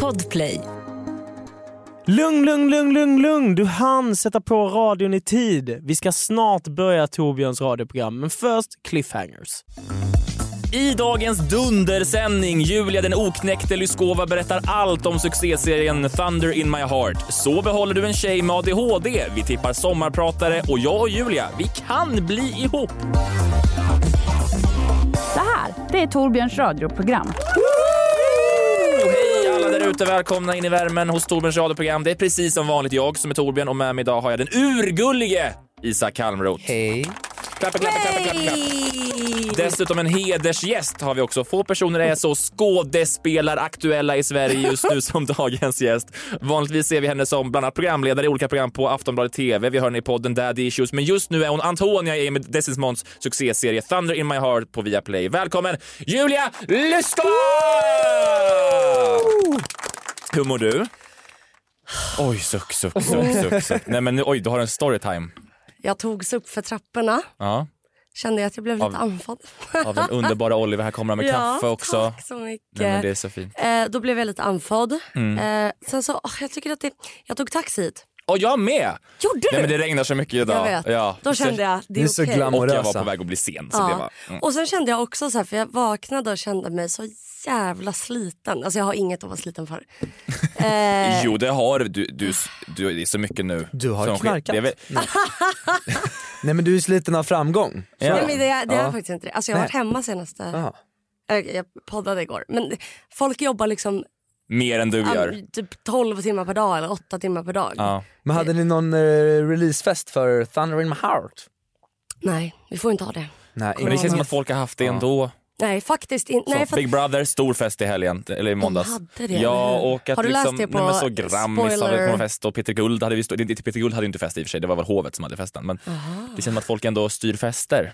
Podplay. Lugn, lugn, lugn, lugn, lugn. Du hann sätta på radion i tid. Vi ska snart börja Torbjörns radioprogram, men först cliffhangers. I dagens dundersändning Julia den oknäckte Lyskova berättar allt om succéserien Thunder in my heart. Så behåller du en tjej med ADHD. Vi tippar sommarpratare och jag och Julia, vi kan bli ihop. Det här, det är Torbjörns radioprogram. Och Hej alla där ute, välkomna in i värmen hos Torbjörns radioprogram. Det är precis som vanligt jag som är Torbjörn och med mig idag har jag den urgullige Isak Kalmroth. Hej. Klappa, klappa, klappa, klappa, klappa. Dessutom en hedersgäst har vi också. Få personer är så skådespelaraktuella i Sverige just nu som dagens gäst. Vanligtvis ser vi henne som bland annat programledare i olika program på Aftonbladet TV. Vi hör henne i podden Daddy Issues, men just nu är hon Antonia i Emil Desismonds succéserie Thunder in my heart på Viaplay. Välkommen Julia Lyskova! Hur mår du? Oj, suck, suck, suck, suck, suck. Nej men nu, oj, du har en storytime. Jag togs upp för trapporna. Ja, Kände jag att jag blev Av- lite andfådd. av den underbara Oliver. Här kommer han med kaffe också. Tack så mycket. Nej, men det är så fint. eh, då blev jag lite andfådd. Eh, sen så, åh, jag tycker att det, jag tog taxi hit. Och jag med! Gjorde du? Nej, men det regnar så mycket idag. jag vet. Ja. Då kände jag, det är, är så okej. glam- Och jag var Amorösa. på väg att bli sen. Så Ja. det var, mm. Och sen kände jag också så här, för jag vaknade och kände mig så jävla sliten. Alltså jag har inget att vara sliten för. Eh, Jo, det har du. Du, du, du. Det är så mycket nu. Du har som sker. knarkat. Det är väl- Nej men du är sliten av framgång. Så. Nej, men det, det är Ja. faktiskt inte det. Alltså jag har Nej. varit hemma senaste... Ja. Jag, jag poddade igår. Men folk jobbar liksom Mer än du ja, gör. typ 12 timmar per dag eller 8 timmar per dag. Ja. Men hade ni någon eh, releasefest för Thunder in my heart? Nej, vi får inte ha det. Nej, Men det känns som att folk har haft det ändå. Nej, faktiskt inte. Så, Nej, för att Big Brother, stor fest i helgen, eller i måndags. hade det, ja, eller hur? och att Har du liksom, läst det på nej, men så Grammis hade spoiler? på fest och Peter Guld hade visst, inte Peter Guld hade ju inte fest i och för sig, det var väl hovet som hade festen. Men det känns som att folk ändå styr fester.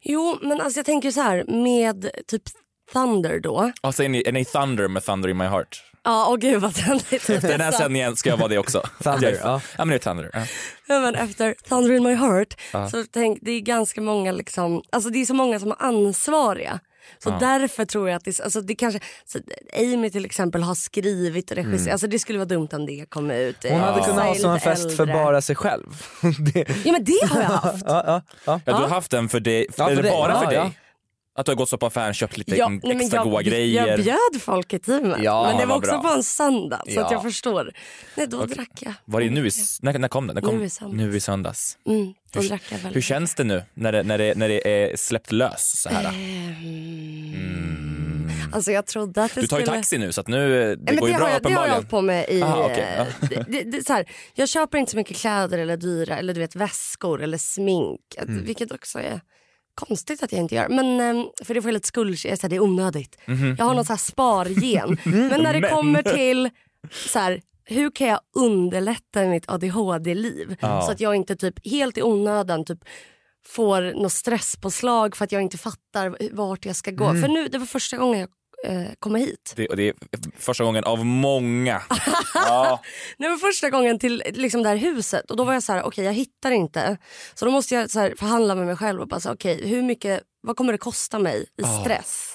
Jo, men alltså jag tänker så här med typ Thunder då. Ah, säger ni, är ni Thunder med Thunder in my heart? Ja, åh gud vad trendigt. Den här sändningen ska jag vara det också. Thunder, Jag är- ja. ja men det är Thunder. Ja. Ja, men efter Thunder in my heart så tänk, det är ganska många liksom, alltså det är så många som är ansvariga. Så därför tror jag att det, alltså det kanske, så Amy till exempel har skrivit och regisserat, alltså det skulle vara dumt om det kom ut. Mm. Hon hade Vissa kunnat är ha som en lite fest för äldre. bara sig själv. det, Ja men det har jag haft. ja, ja, ja. Ja, du har haft den för dig, Ja, för eller dig. bara Ja, för dig? ja. Att du har gått så på affären, köpt lite Ja, in- nej, men extra jag, goda bj- Jag grejer. bjöd folk i teamet Ja, men det var vad också bra. på en söndag så att Ja. jag förstår. Nej då drack jag. Var det nu i, s- när, när kom den? När kom, Nu i söndags. Nu i söndags. Mm, då drack jag väl. Hur känns det nu när det, när det, när det är släppt lös så Eh, här? Ehm. Alltså jag trodde att det Mm. Du tar ju skulle... taxi nu så att nu, det Nej, men går ju det bra har jag, Det har jag uppenbarligen. hållit på med i... Aha, okej. eh, det, det, det, är så här, jag köper inte så mycket kläder eller dyra eller du vet väskor eller smink. Att- Mm. Vilket också är konstigt att jag inte gör. Men, eh, för det får jag lite skuld... Jag är så här, det är onödigt. Mhm. Jag har någon så här spargen. Mm. men när det kommer till så här, hur kan jag underlätta mitt ADHD-liv så att jag inte typ helt i onödan typ får något stresspåslag för att jag inte fattar vart jag ska gå. Mm. För nu, det var första gången jag eh, kom hit. Det, och det är första gången av många. ja. Nej, men första gången till liksom, det här huset och då var jag så här, okej jag hittar inte. Så då måste jag så här, förhandla med mig själv och bara så här, okej hur mycket, vad kommer det kosta mig i stress?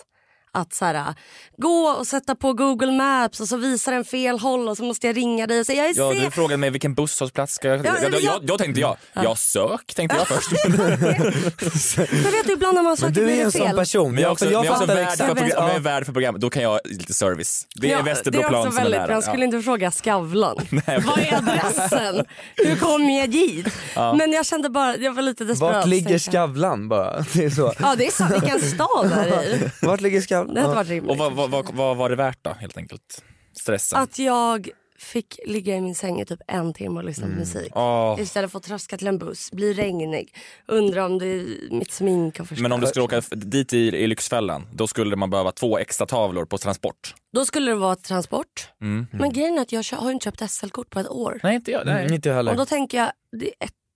Att så här, gå och sätta på google maps och så visar den fel håll och så måste jag ringa dig och säga jag är ja, sen. du frågade mig vilken busshållplats ska jag... Ja, Ja, men då, jag- jag, då tänkte jag, jag sök tänkte jag först. Jag vet ibland när man söker Men du blir är det en sån fel. person. Men jag, är också, för men jag, är också värd fattar för exakt. program, om jag är Ja. värd för programmet, då kan jag lite service. Det är Ja, Västerbroplan också som är väldigt nära. bra. Jag Ja. skulle inte fråga Skavlan. Vad är adressen? Hur kom jag dit? Men jag kände bara, jag var lite desperat. Vart ligger tänkte jag. Skavlan bara? Det är så. Ja det är sant, vilken stad det är i. Vart ligger Skavlan? Det hade Ja. varit rimligt. Och vad, vad, vad, vad var det värt då helt enkelt? Stressen? Att jag fick ligga i min säng i typ en timme och lyssna på musik. Mm. Åh. Istället för att tröska till en buss, bli regnig, undra om det mitt smink har förstörts. Men om du skulle åka f- dit i, i Lyxfällan, då skulle man behöva två extra tavlor på transport. Då skulle det vara transport. Mm. Men grejen är att jag kö- har ju inte köpt SL-kort på ett år. Nej, inte jag. Nej. Mm, inte jag heller. Och då tänker jag, det är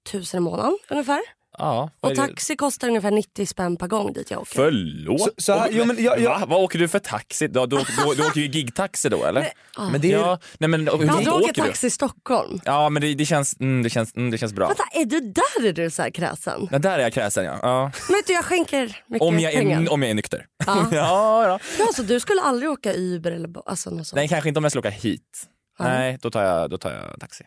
1000 i månaden ungefär. Ja, vad Och är det? taxi kostar ungefär 90 spänn per gång dit jag åker. Förlåt? Så- så här- jo, men jag- jag- Va? Vad åker du för taxi? Du, du, åker- du, du åker ju gigtaxi då eller? ah. Men det är, Ja, nej men hur jag har långt aldrig åkt åker du? taxi i Stockholm. Ja men det, det, känns, mm, det, känns, mm, det känns bra. Vänta, är du där är du så här kräsen? Ja, där är jag kräsen ja. ja. Men du, jag skänker mycket Om, jag pengar. är, om jag är nykter. Ja. ja, ja. Ja, alltså, du skulle aldrig åka Uber eller bo- alltså, något sånt? Nej, kanske inte om jag skulle åka hit. Ja. Nej, då tar jag, då tar jag taxi.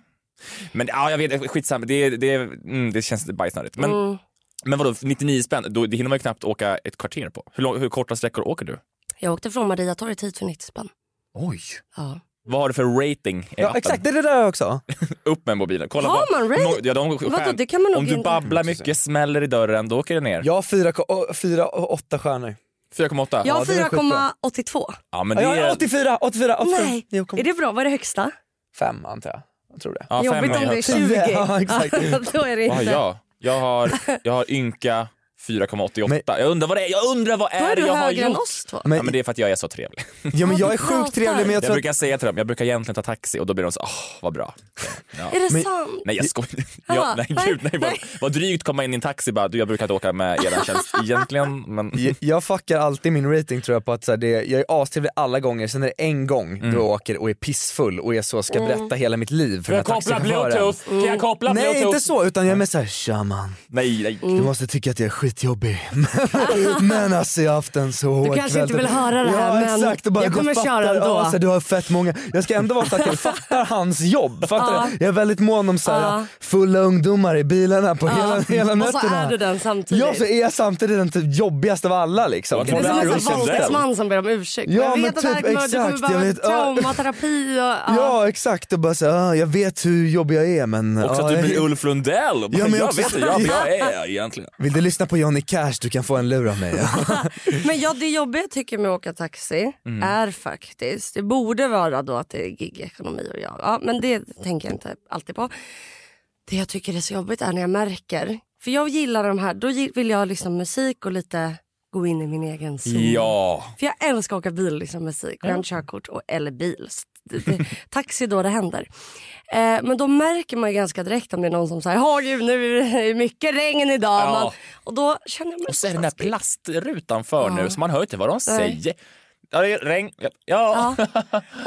Men ja, jag vet, skitsamma. Det, det, mm, det känns bajsnödigt. Men, Mm. men vadå, 99 spänn, då, det hinner man ju knappt åka ett kvarter på. Hur, lång, hur korta sträckor åker du? Jag åkte från Mariatorget hit för 90 spänn. Oj. Ja. Vad har du för rating i ja, appen? exakt, det är det där också. Upp med mobilen. Kolla Har vad- man rating? Nå- Ja, de, Vadå, stjärn- det kan man nog Om du inte- babblar mycket, smäller i dörren, då åker det ner. Jag har fyra ko- å- fyra och åtta stjärnor. 4,8. Jag har det är skitbra. 4,82. Ja, men Ja, det jag har är... 84, 84, 84. Nej, Jo, kom. är det bra? Vad är det högsta? Fem antar jag. jag tror det. Ja, fem Jobbigt har om jag det är 20. högst. Ja, exakt. Då är det Vad har inte. jag? Jag har, jag har ynka 4,88. Men- jag undrar vad det är jag, undrar vad Då är är det du jag har högre än gjort. oss två. Ja, men det är för att jag är så trevlig. Ja, men Vad jag du är pratar. sjukt trevlig men jag Jag tror att... brukar säga till dem, jag brukar egentligen ta taxi och då blir de så åh vad bra. Är det Men- sant? Nej jag skojar. Ja, Ja, nej nej, gud nej. Vad, nej. vad drygt komma in i en taxi bara, du jag brukar inte åka med eran tjänst egentligen men Jag- Jag fuckar alltid min rating tror jag på att så här, det, jag är astrevlig alla gånger, sen är det en gång Mm. då jag åker och är pissfull och är så ska Mm. berätta hela mitt liv för den här taxichauffören. Kan jag koppla Nej inte Mm. så, utan jag Mm. är mer såhär, tja man, Nej nej. du Mm. måste tycka att jag är skitjobbig. men alltså jag har haft en så hård kanske kväll. inte vill höra det här, ja, men exakt, och bara, jag kommer fattar, köra ändå. ja, så här, du har fett många, jag ska ändå vara så att jag fattar hans jobb. Fattar du? Jag är väldigt mån om så här, Ja. fulla ungdomar i bilarna på hela, hela Och så nätterna. är du den samtidigt. Ja så är jag samtidigt den typ jobbigaste av alla liksom. Det Det är som en Russian sån här våldtäktsman som ber om ursäkt. Ja, jag vet men att typ, det här kommer, du kommer exakt, jag behöva vet, ja. traumaterapi och... Ja. Ja exakt och bara såhär, ah, jag vet hur jobbig jag är men... Också ah, att du jag- blir Ulf Lundell. Bara, Ja, men jag också- vet inte, jag, jag är egentligen. Vill du lyssna på Johnny Cash? Du kan få en lur av mig. Men ja, det jobbiga jag tycker med att åka taxi Mm. är faktiskt, det borde vara då att det är gigekonomi och jag, ja, men det tänker jag inte alltid på. Det jag tycker är så jobbigt är när jag märker, för jag gillar de här, då gi- vill jag lyssna på musik och lite gå in i min egen zon. Ja. För jag älskar att åka bil och lyssna på musik och jag har inte körkort och, eller bil. Så det- det- Taxi då det händer. Eh, men då märker man ju ganska direkt om det är någon som säger ja gud nu är det mycket regn idag. Ja. Man, och då känner jag mig Och så är det så den där plastrutan för Ja. nu så man hör inte vad de Nej. säger. Ja, det är regn. Ja. Ja.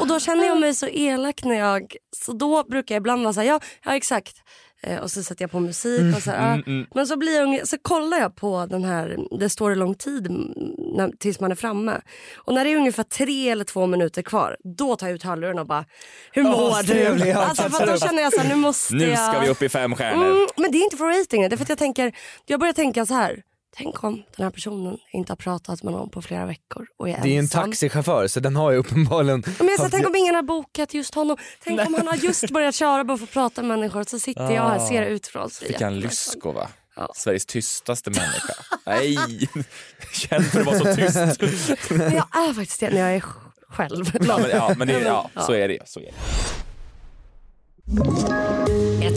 Och då känner jag mig så elak när jag... Så då brukar jag ibland vara så här, ja, ja exakt. Eh, och så sätter jag på musik och så här, ja. Men så, blir jag, unge- så kollar jag på den här, det står hur lång tid mm, när, tills man är framme. Och när det är ungefär tre eller två minuter kvar, då tar jag ut hörlurarna och bara, hur mår trevlig, du? ja, Alltså, för att då känner jag så här, nu måste Nu jag... ska vi upp i fem stjärnor. Mm, men det är inte för ratingen. Det är för att jag tänker, jag börjar tänka så här. Tänk om den här personen inte har pratat med någon på flera veckor och är Det är ju en ensam. taxichaufför så den har ju uppenbarligen... Men jag sa, tänk om ingen har bokat just honom. Tänk om han har just börjat köra bara för att prata med människor. Så sitter jag här och ser utifrån. Så är Fick han jätteledsen. lysko va? Ja. Sveriges tystaste människa. Nej! Känd för att vara så tyst. Men jag är faktiskt det när jag är sj- själv. Ja, men, ja, men det, ja, så är det. Så är det.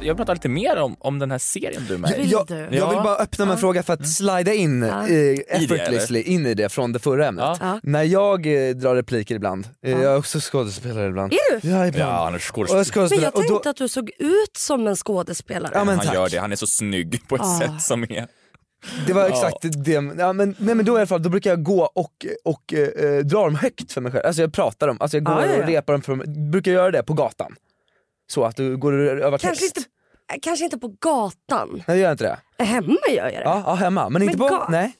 Jag vill prata lite mer om, om den här serien du är med i. Vill Jag, du? jag vill bara öppna med en fråga för att slida in eh, effortlessly in i det från det förra ämnet. Ja. När jag eh, drar repliker ibland, eh, jag är också skådespelare ibland. Är du? Ja, ibland. Ja, han är Och jag är skådespelare. Men skådespelare jag tänkte och då, att du såg ut som en skådespelare. Ja, men- Han tack. gör det. Han är så snygg på ett sätt som är... det var exakt det, ja, men, nej, men då i alla fall, då brukar jag gå och, och eh, dra dem högt för mig själv. Alltså jag pratar dem, alltså jag går Ja, Ah, ja, ja. och repar dem för mig. Brukar jag göra det på gatan? Så att du går och övar kanske, text? inte, eh, kanske inte på gatan. Nej jag gör inte det. Hemma gör jag det. Ja, ja hemma, men, inte på... ga- Nej.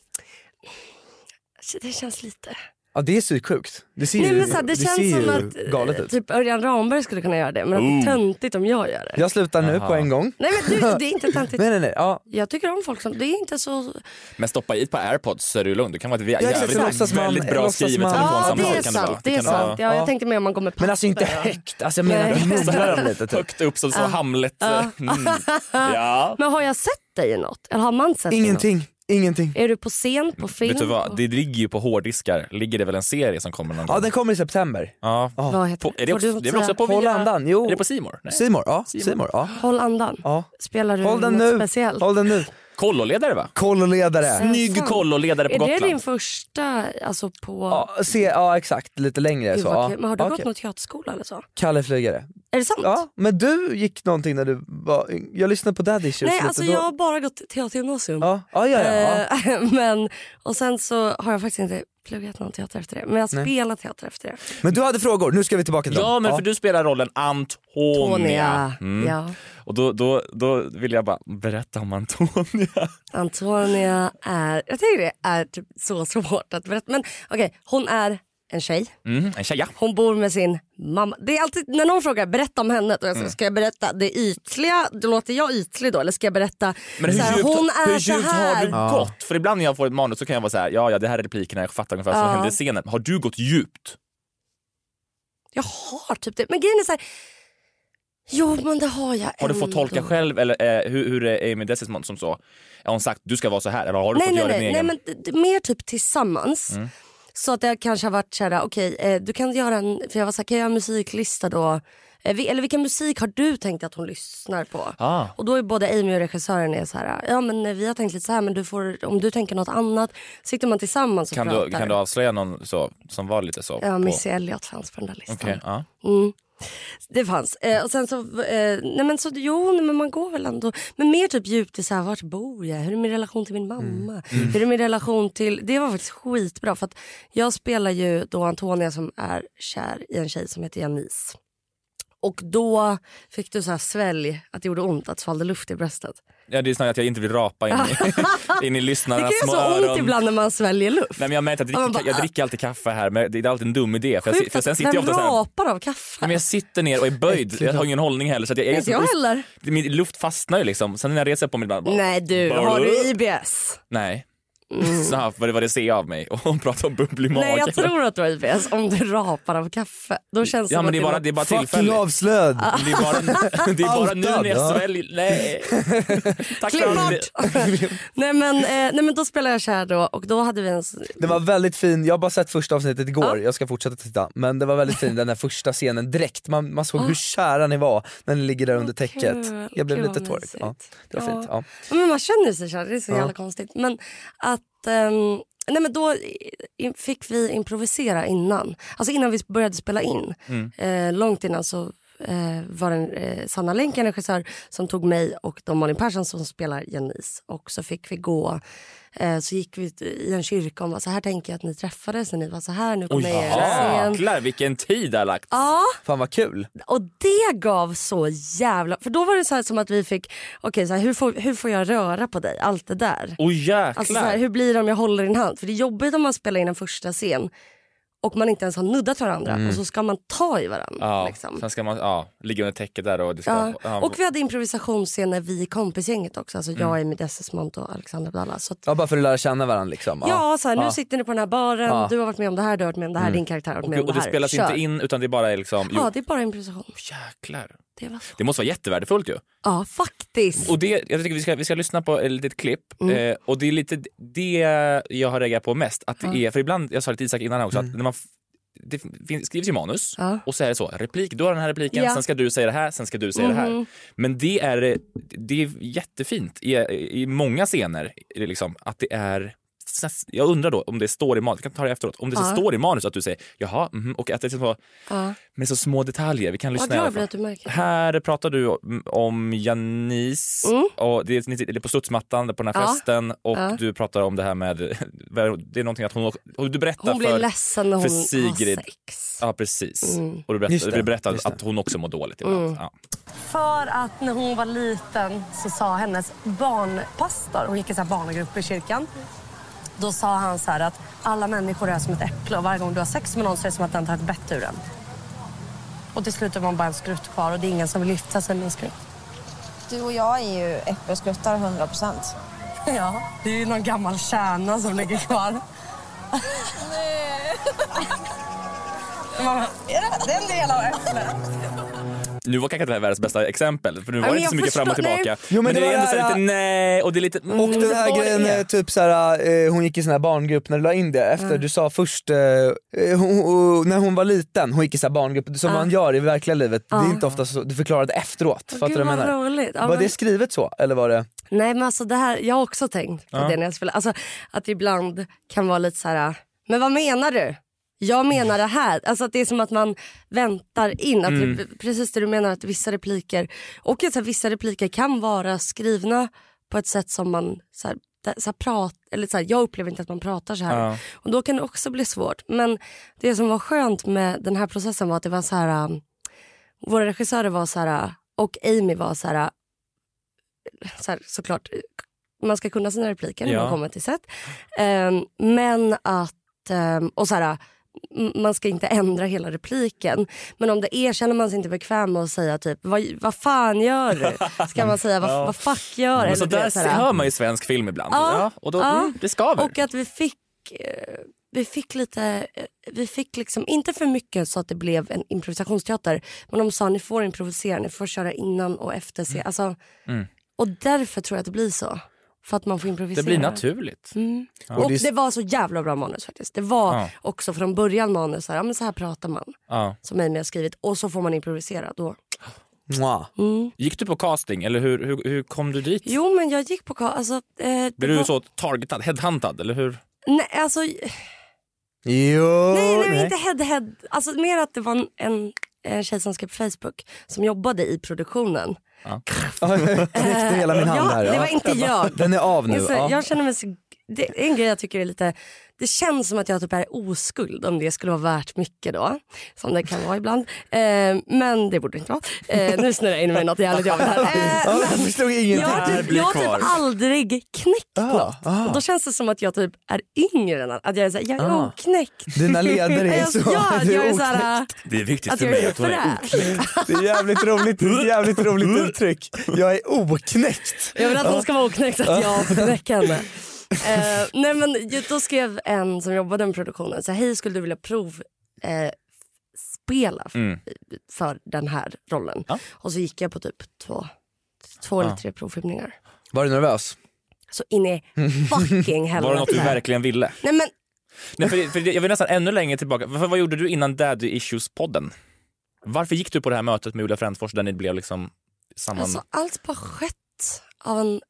Det känns lite... Ja det är psyksjukt. Det ser Nej, ju, men så här, det, det ser känns ju som att eh, galet ut. typ Örjan Ramberg skulle kunna göra det men att det är töntigt om jag gör det. Jag slutar nu Aha. på en gång. Nej men du, det är inte töntigt. Nej nej nej. Ja. Jag tycker om folk som, det är inte så... Men stoppa i ett par airpods så är du lugn. Det kan vara ett exakt. jävligt, Låtsas man- väldigt bra låtsas skrivet man- Ja det telefonsamtal. är kan det vara. sant, det är kan vara- sant. Ja, jag tänkte mer om man går med papper. Men alltså inte ja. högt, alltså jag menar Nej. du mumlar om lite typ. Högt upp som så Hamlet. Mm. Ja. Men har jag sett dig i något? Eller har man sett dig i Ingenting, ingenting. något? Är du på scen, på film? Vet du vad, det ligger ju på hårddiskar. Ligger det väl en serie som kommer någon gång? Ja den kommer i september. Ja. Vad heter På, är det, Får du också, det är säga- väl också på Håll via- andan, jo. Är det på Simor? Nej. Simor, ja. Simor, ja. Håll andan. ja. Spelar du Håll den Mm, något nu, speciellt? håll den nu. Kolloledare va? Kolloledare. Snygg kolloledare på är det Gotland. din första, alltså på... Ja, se, ja exakt, lite längre Gud, så. vad Ja. kul. Men har du Ja, gått okej. någon teaterskola eller så? Kalle Flygare. Är det sant? Ja, men du gick någonting när du var yng- Jag lyssnade på Daddy Issues Nej lite alltså då. jag har bara gått teatergymnasium. Ja, ja, ja, ja, ja. Eh, men, och sen så har jag faktiskt inte pluggat någon teater efter det. Men jag spelar teater efter det. Men du hade frågor, nu ska vi tillbaka till Ja dem. men för du spelar rollen Antonia. Mm. Ja. Och då, då, då vill jag bara berätta om Antonia. Antonia är, jag tycker det är typ så svårt att berätta. Men okej, hon är en tjej. Mm, en tjeja. Hon bor med sin mamma. Det är alltid när någon frågar berätta om henne, då är jag så, Mm. här, ska jag berätta det ytliga, då låter jag ytlig då eller ska jag berätta Men hur så här, djupt, hon är hur så djupt här. har du gått? För ibland när jag får ett manus så kan jag vara så här, ja ja det här är replikerna, jag fattar ungefär vad som Ja. händer i scenen. Har du gått djupt? Jag har typ det. Men grejen är så här, jo men det har jag Har du fått ändå. tolka själv eller eh, hur, hur är Amy Desismond som så? Har hon sagt du ska vara så här eller har du nej, fått nej, göra nej, din nej, egen? Mm. men det- det- mer typ tillsammans. Så att jag kanske har varit såhär, okej eh, du kan göra en, för jag var såhär, kan jag göra en musiklista då? Eh, vi, eller vilken musik har du tänkt att hon lyssnar på? Ah. Och då är både Amy och regissören är så här, ja men eh, vi har tänkt lite så här men du får, om du tänker något annat, sitter man tillsammans och Kan pratar. du, kan du avslöja någon så, som var lite så? Ja, på- Missy Elliott fanns på den där listan. Okej, ja. Det fanns. Eh, och sen så, eh, nej men så, jo nej men man går väl ändå. Men mer typ djupt i så här, vart bor jag? Hur är min relation till min mamma? Mm. Hur är min relation till, det var faktiskt skitbra för att jag spelar ju då Antonia som är kär i en tjej som heter Janice. Och då fick du så här svälj, att det gjorde ont att svalde luft i bröstet. ja, det är snarare att jag inte vill rapa in i, in i Det kan lyssnarnas göra små så ont öron. ibland när man sväljer luft. Nej, men jag märker att jag Ja, dricker, men bara- jag dricker alltid kaffe här men det är alltid en dum idé. För jag, si- Sjukt för sen att- sitter jag vem ofta så här, rapar av kaffe? Nej, men jag sitter ner och är böjd, jag har ingen hållning heller. Så att jag är Inte jag liksom- heller. Min luft fastnar ju liksom. Sen när jag reser på mig ibland bara, Nej du, Bara- har du IBS? Nej. Så här var det vad det ser av mig och hon pratar om bubblig mage. Mm. Nej jag tror att du har IBS om du rapar av kaffe. Då känns Ja som men det är att bara, det är bara Fucking tillfälligt. avslöjad! Det är bara, det är bara nu när jag Outad, sväljer. Nej. Tack Klipp för all- bort! nej, men, eh, nej men då spelade jag kär då och då hade vi en... s- Det var väldigt fin, jag har bara sett första avsnittet igår, jag ska fortsätta titta. Men det var väldigt fin den där första scenen direkt, man, man såg hur kära ni var när ni ligger där under täcket. Ah. kul. Jag blev Gud, lite vad tårögd. mysigt. Ja, det var Ja. fint. Ja. Ja, Men man känner sig kär, det är så jävla konstigt. Men att... ehm, Nej men då i- fick vi improvisera innan. Alltså innan vi började spela in. Eh, långt innan så eh, var det en, eh, Sanna Länk, en regissör, som tog mig och då Malin Persson som spelar Janice. Och så fick vi gå, eh, så gick vi ut i en kyrka och var så här tänker jag att ni träffades när ni var så här, nu kommer jag er scen. Jäklar vilken tid det har lagt. Ja, Fan vad kul. och det gav så jävla... För då var det så här som att vi fick, okej så här, hur, får, hur får jag röra på dig? Allt det där. Åh jäklar. Alltså så här, hur blir det om jag håller din hand? För det är jobbigt om man spelar in en första scen och man inte ens har nuddat varandra och så ska man ta i varandra. Mm. ja. liksom. Sen ska man ja, ligga under täcket där och det ska... Ja. ja. Mm. Och vi hade improvisationsscener vi i kompisgänget också. Alltså jag, Amy Desismont och Alexander Bdalla. Så att, Ja, bara för att lära känna varandra liksom. ja, så här, nu sitter ni på den här baren, Ja. du har varit med om det här, du har varit med om det här, din karaktär har varit med Mm. och, om och det det här. spelas Kör. inte in utan det är bara är liksom... Jo, Ja, det är bara improvisation. jäklar. Det var så. Det måste vara jättevärdefullt ju. Ja, faktiskt. Och det, jag tycker vi ska, vi ska lyssna på ett litet klipp. Mm. Eh, och det är lite det jag har reagerat på mest. Att det är, för ibland, jag sa det till Isak innan här också, att när man, f- det finns, skrivs ju manus Mm. Ja. och så är det så, replik, du har den här repliken, Ja. Mm-hmm. sen ska du säga det här, sen ska du säga det här. Men det är, det är jättefint i, i många scener, är det liksom, att det är jag undrar då om det står i manus, vi kan ta det efteråt, om det så Ja. står i manus att du säger jaha, mhm, och att det är så, Ja. med så små detaljer, vi kan lyssna Vad i glad alla jag blir fall. att du märker. Här pratar du om- om Janice, och det är, ni sitter på studsmattan där på den här Mm. Ja. festen och Ja. du pratar om det här med, det är någonting att hon, och du berättar Hon blir för... ledsen när hon för har Sigrid. sex. Ja precis, Mm. och du Just berättar, det, du berättar just det. att hon också mår dåligt ibland. Ja. För att när hon var liten så sa hennes barnpastor, hon gick i så här barngrupp i kyrkan, Då sa han så här att alla människor är som ett äpple och varje gång du har sex med någon så är det som att den tar ett bett ur en. Och till slut är man bara en skrutt kvar och det är ingen som vill gifta sig med en skrutt. Du och jag är ju äppelskruttar 100 procent. Ja, det är ju någon gammal kärna som ligger kvar. Är det den delen av äpplet? Nu var kanske inte det här världens bästa exempel, för nu var men det inte så jag mycket fram och förstår- nej. Mm. tillbaka. Jo, men men, det det är var ändå så här det lite nej och det är lite... Och den här grejen, eh, typ såhär, eh, hon gick i sån här barngrupp när du la in det efter, du sa först, eh, eh, hon, hon, när hon var liten, hon gick i sån här barngrupp, som man gör i verkliga livet, det är inte ofta så, du förklarar det efteråt. fattar du Gud vad jag vad menar? roligt. Ja, var men- det skrivet så eller var det? Nej men alltså det här, jag har också tänkt på det när jag spelar. Alltså att det ibland kan vara lite så här, men vad menar du? Jag menar det här. Alltså att det är som att man väntar in. Att det, precis det du menar att vissa repliker, och att så här, vissa repliker kan vara skrivna på ett sätt som man så här, där- så här, prat, eller så här, jag upplever inte att man pratar så här. Ja. Och då kan det också bli svårt. Men det som var skönt med den här processen var att det var så här, um, våra regissörer var så här, uh, och Amy var så här, uh, så här såklart, man ska kunna sina repliker när Ja. man kommer till set. Ehm, men att, ehm, och så här, m- man ska inte ändra hela repliken. Men om det erkänner man sig inte bekväm med att säga typ, vad, vad fan gör du? Ska man säga, vad, vad fuck gör du? Men så Eller du där vet, så här, hör man ju svensk film ibland. Ja. Ja, och då, Ja. mm, det skaver. och att vi fick, eh, vi fick lite, eh, vi fick liksom inte för mycket så att det blev en improvisationsteater. Men de sa ni får improvisera, ni får köra innan och efter. Mm. Alltså, Och därför tror jag att det blir så. För att man får improvisera. det blir naturligt. Mm. Och det var så jävla bra manus faktiskt. Det var också från början manus, så här, ja, men så här pratar man. Ja. Som Amy har skrivit. Och så får man improvisera då. Mwah. Gick du på casting eller hur, hur, hur kom du dit? Jo men jag gick på ka- alltså, eh, det Blev du var- så targetad, headhuntad eller hur? Nej alltså, Jo, Nej, nej, inte head head. Alltså mer att det var en, en, en tjej som skrev på Facebook som jobbade i produktionen. knäckte hela min hand ja, här. det ja. var inte jag. Den är av nu. Alltså, ja. Jag känner mig så, det är en grej jag tycker är lite, det känns som att jag typ är oskuld om det skulle vara värt mycket då. Som det kan vara ibland. Eh, men det borde det inte vara. Eh, nu snurrar jag in mig i något jävligt jobbigt här. Eh, Ja, jag förstod jag ingenting. har typ, Ah, jag har typ aldrig knäckt något. Och ah. då känns det som att jag typ är yngre än alla- att jag är såhär, jag är oknäckt. Dina leder är Jag, så... jag, det, jag Ah. är är ok- såhär, Det är viktigt att jag är frä. det är jävligt roligt, det är ett jävligt roligt uttryck. Jag är oknäckt. Jag vill att hon ska vara oknäckt så att jag får knäcka henne. Eh, nej men ju- då skrev en som jobbade med produktionen så här, hej skulle du vilja prov eh, spela f- för den här rollen? Och så gick jag på typ två, två eller tre provfilmningar. Var du nervös? Så in i fucking Var det något du helvete. verkligen ville? Nej men Nej, för, för jag vill nästan ännu längre tillbaka. Varför, vad gjorde du innan Daddy Issues-podden? Varför gick du på det här mötet med Julia Frändfors där ni blev liksom samman... alltså allt bara skett av en...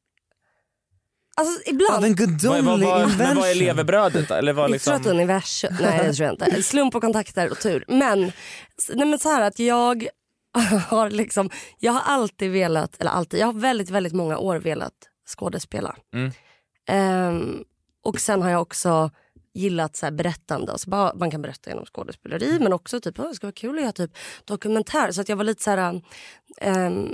Alltså ibland. vad, vad, gudomlig vad, men vad är levebrödet? Eller vad liksom... Yttrat universum. Nej det tror jag inte. Slump och kontakter och tur. Men, s- nej, men så här att jag har liksom, jag har alltid velat, eller alltid, jag har väldigt väldigt många år velat skådespela. Mm. Ehm, och sen har jag också gillat så här berättande. Alltså bara, man kan berätta genom skådespeleri men också typ, "Åh, det skulle vara kul att göra typ dokumentär. Så att jag var lite så här, ehm,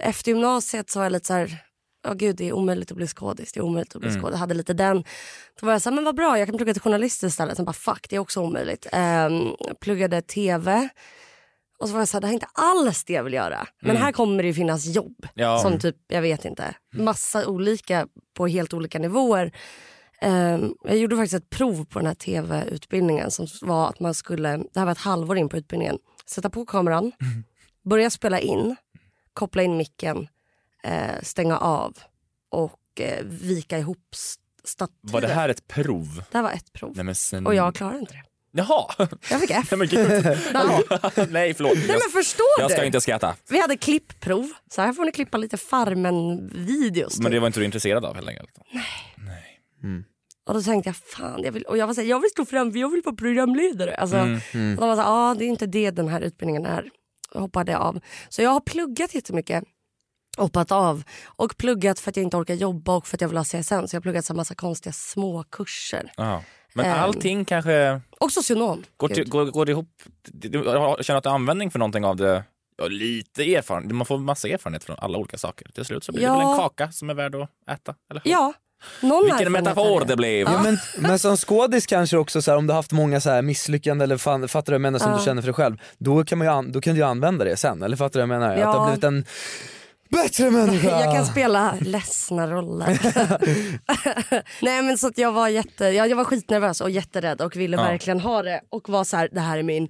efter gymnasiet så var jag lite så här, ja gud det är omöjligt att bli skådis, det är omöjligt att bli skådis. Jag hade lite den, då var jag så här, men vad bra jag kan plugga till journalist istället. Sen bara fuck det är också omöjligt. Ehm, jag pluggade tv. Och så var jag så här, det här är inte alls det jag vill göra. Men här kommer det ju finnas jobb. Ja. Som typ, jag vet inte, massa olika på helt olika nivåer. Ehm, jag gjorde faktiskt ett prov på den här tv-utbildningen som var att man skulle, det här var ett halvår in på utbildningen, sätta på kameran, börja spela in, koppla in micken, eh, stänga av och eh, vika ihop s- statyer. Var det här ett prov? det här var ett prov. Nej, men sen... Och jag klarade inte det. Jaha! Jag fick F. Nej, men gud. Ja. Nej, förlåt. Nej Jag, men förstår jag du? ska inte skratta. Vi hade klippprov, så här får ni klippa lite Farmen-videos. typ. Men det var inte du intresserad av helt enkelt? Och då tänkte jag, fan, jag vill, och jag var så här, jag vill stå fram, jag vill vara programledare. Alltså, Mm, Och de var så här, ah, det är inte det den här utbildningen är. Jag hoppade av. Så jag har pluggat jättemycket, hoppat av och pluggat för att jag inte orkar jobba och för att jag vill ha CSN. Så jag har pluggat så här massa konstiga små kurser. Ja. Men Ehm. allting kanske Och socionom. går, till, Gud. går, går det ihop? Du- du har- Känner att du har användning för någonting av det? Ja, lite erfarenhet. Man får massa erfarenhet från alla olika saker. Till slut så blir Ja. det väl en kaka som är värd att äta? Eller? Ja, Någon Vilken iPhone metafor heter det blev. Ja, men, men som skådis kanske också så här, om du haft många så här misslyckanden eller fan, fattar du vad jag menar som Ja. du känner för dig själv. Då kan, man ju an- då kan du ju använda det sen, eller fattar du vad jag menar? Att du Ja. har blivit en bättre människa. Jag kan spela ledsna roller. Nej men så att jag var jätte, jag, jag var skitnervös och jätterädd och ville Ja. verkligen ha det och var så här: det här är min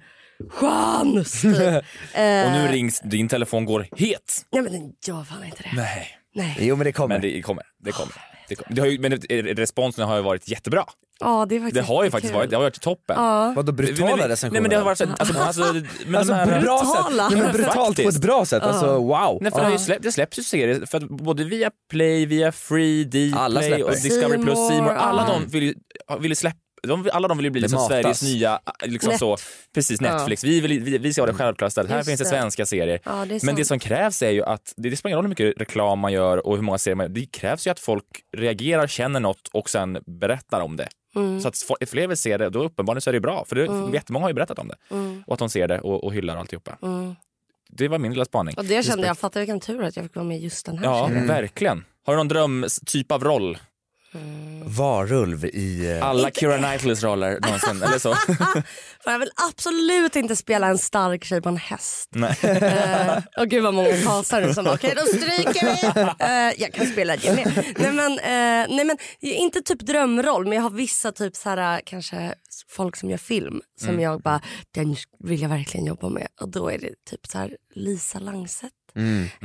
chans. Typ. eh, Och nu rings din telefon går het. Nej men den gör fan inte det. Nej. Nej. Jo men det kommer. Men det kommer. Det kommer. Det kommer. Det har ju, men eh, responsen har ju varit jättebra. Ja det är faktiskt Det har ju faktiskt jättekul. varit, det har varit toppen. Ja. Vadå brutala Nej, men- recensioner? Nej men det har varit så alltså, alltså, men alltså, de på här, ett bra Brutala. sätt. Nej, men brutalt på ett Faktiskt. bra sätt, alltså wow. Nej, för det, har ju släpp, det släpps ju serier för att både via Play, via Free, Alla Dplay släpper. och Discovery Plus, C More, Seymour. Alla ja. de vill ju vill ju släppa de, alla de vill ju bli Det liksom matas. Sveriges nya, liksom så, precis Netflix. Vi, vill, vi, vi ska ha det självklara stället. Här Just finns det det. svenska serier. Ja, det är Men det sant. som krävs är ju att, det, det spelar ingen roll hur mycket reklam man gör och hur många serier man gör. Det krävs ju att folk reagerar, känner något och sen berättar om det. Mm. Så att fo- fler vill se det, då uppenbarligen så är det ju bra. För det, jättemånga har ju berättat om det. Mm. Och att de ser det och, och hyllar alltihopa. Det var min lilla spaning. Och det kände jag, fattar vilken tur att jag fick vara med i just den här. Ja, serien. verkligen. Har du någon drömtyp av roll? Varulv i... eh, Alla Keira Knightleys roller någonsin, eller så? För jag vill absolut inte spela en stark tjej på en häst. Nej. Eh, och gud vad många fasar nu som bara, okej då stryker vi. Eh, jag kan spela det med. Nej men, eh, nej men inte typ drömroll men jag har vissa typ så här kanske folk som gör film som jag bara den vill jag verkligen jobba med och då är det typ så här Lisa Langset.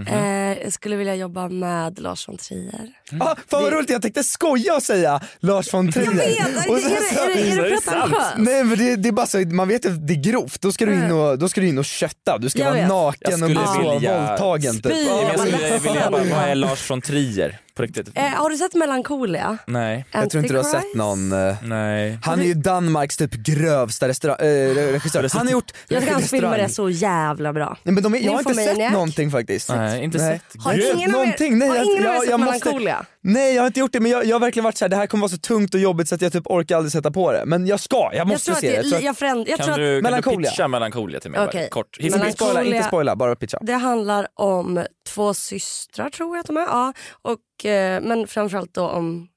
Eh, jag skulle vilja jobba med Lars von Trier. Ah, fan vad roligt, jag tänkte skoja och säga Lars von Trier. Jag vet, är det, Eh, Och sen så- är det, är det, är det pretentiöst? Nej men det, det är bara så, man vet att det är grovt, då ska du in och, då ska du in och kötta, du ska Mm. Jag vara vet. naken Jag och bli skulle så vilja våldtagen spy. typ. Men jag vad skulle ledsen. vilja bara, vad är Lars von Trier? På riktigt? Eh, har du sett Melancholia? Nej. Jag tror inte du har sett Antichrist? någon eh, Nej. han är ju Danmarks typ grövsta restaurang, äh, regissör. Han har gjort Ah. Jag tycker hans filmer är restaurang. så jävla bra. Nej, men de är, jag har inte Nymphomaniac. sett någonting faktiskt. Nej, inte sett. Har Gud, ingen av er- Eh, någonting. Nej, har jag- ingen av er jag- sett jag måste- Melancholia? Nej jag har inte gjort det men jag, jag har verkligen varit såhär, det här kommer vara så tungt och jobbigt så att jag typ orkar aldrig sätta på det. Men jag ska, jag Jag måste tror att se det. det, Jag tror att- jag föränd, jag Kan tror att du, kan du Melancholia. pitcha Melancholia till mig? Bara, Okej. kort. Hiss- Inte spoila, Melancholia- inte spoila, bara pitcha. det handlar om två systrar tror jag att de är. Ja. Och, eh, men framförallt då om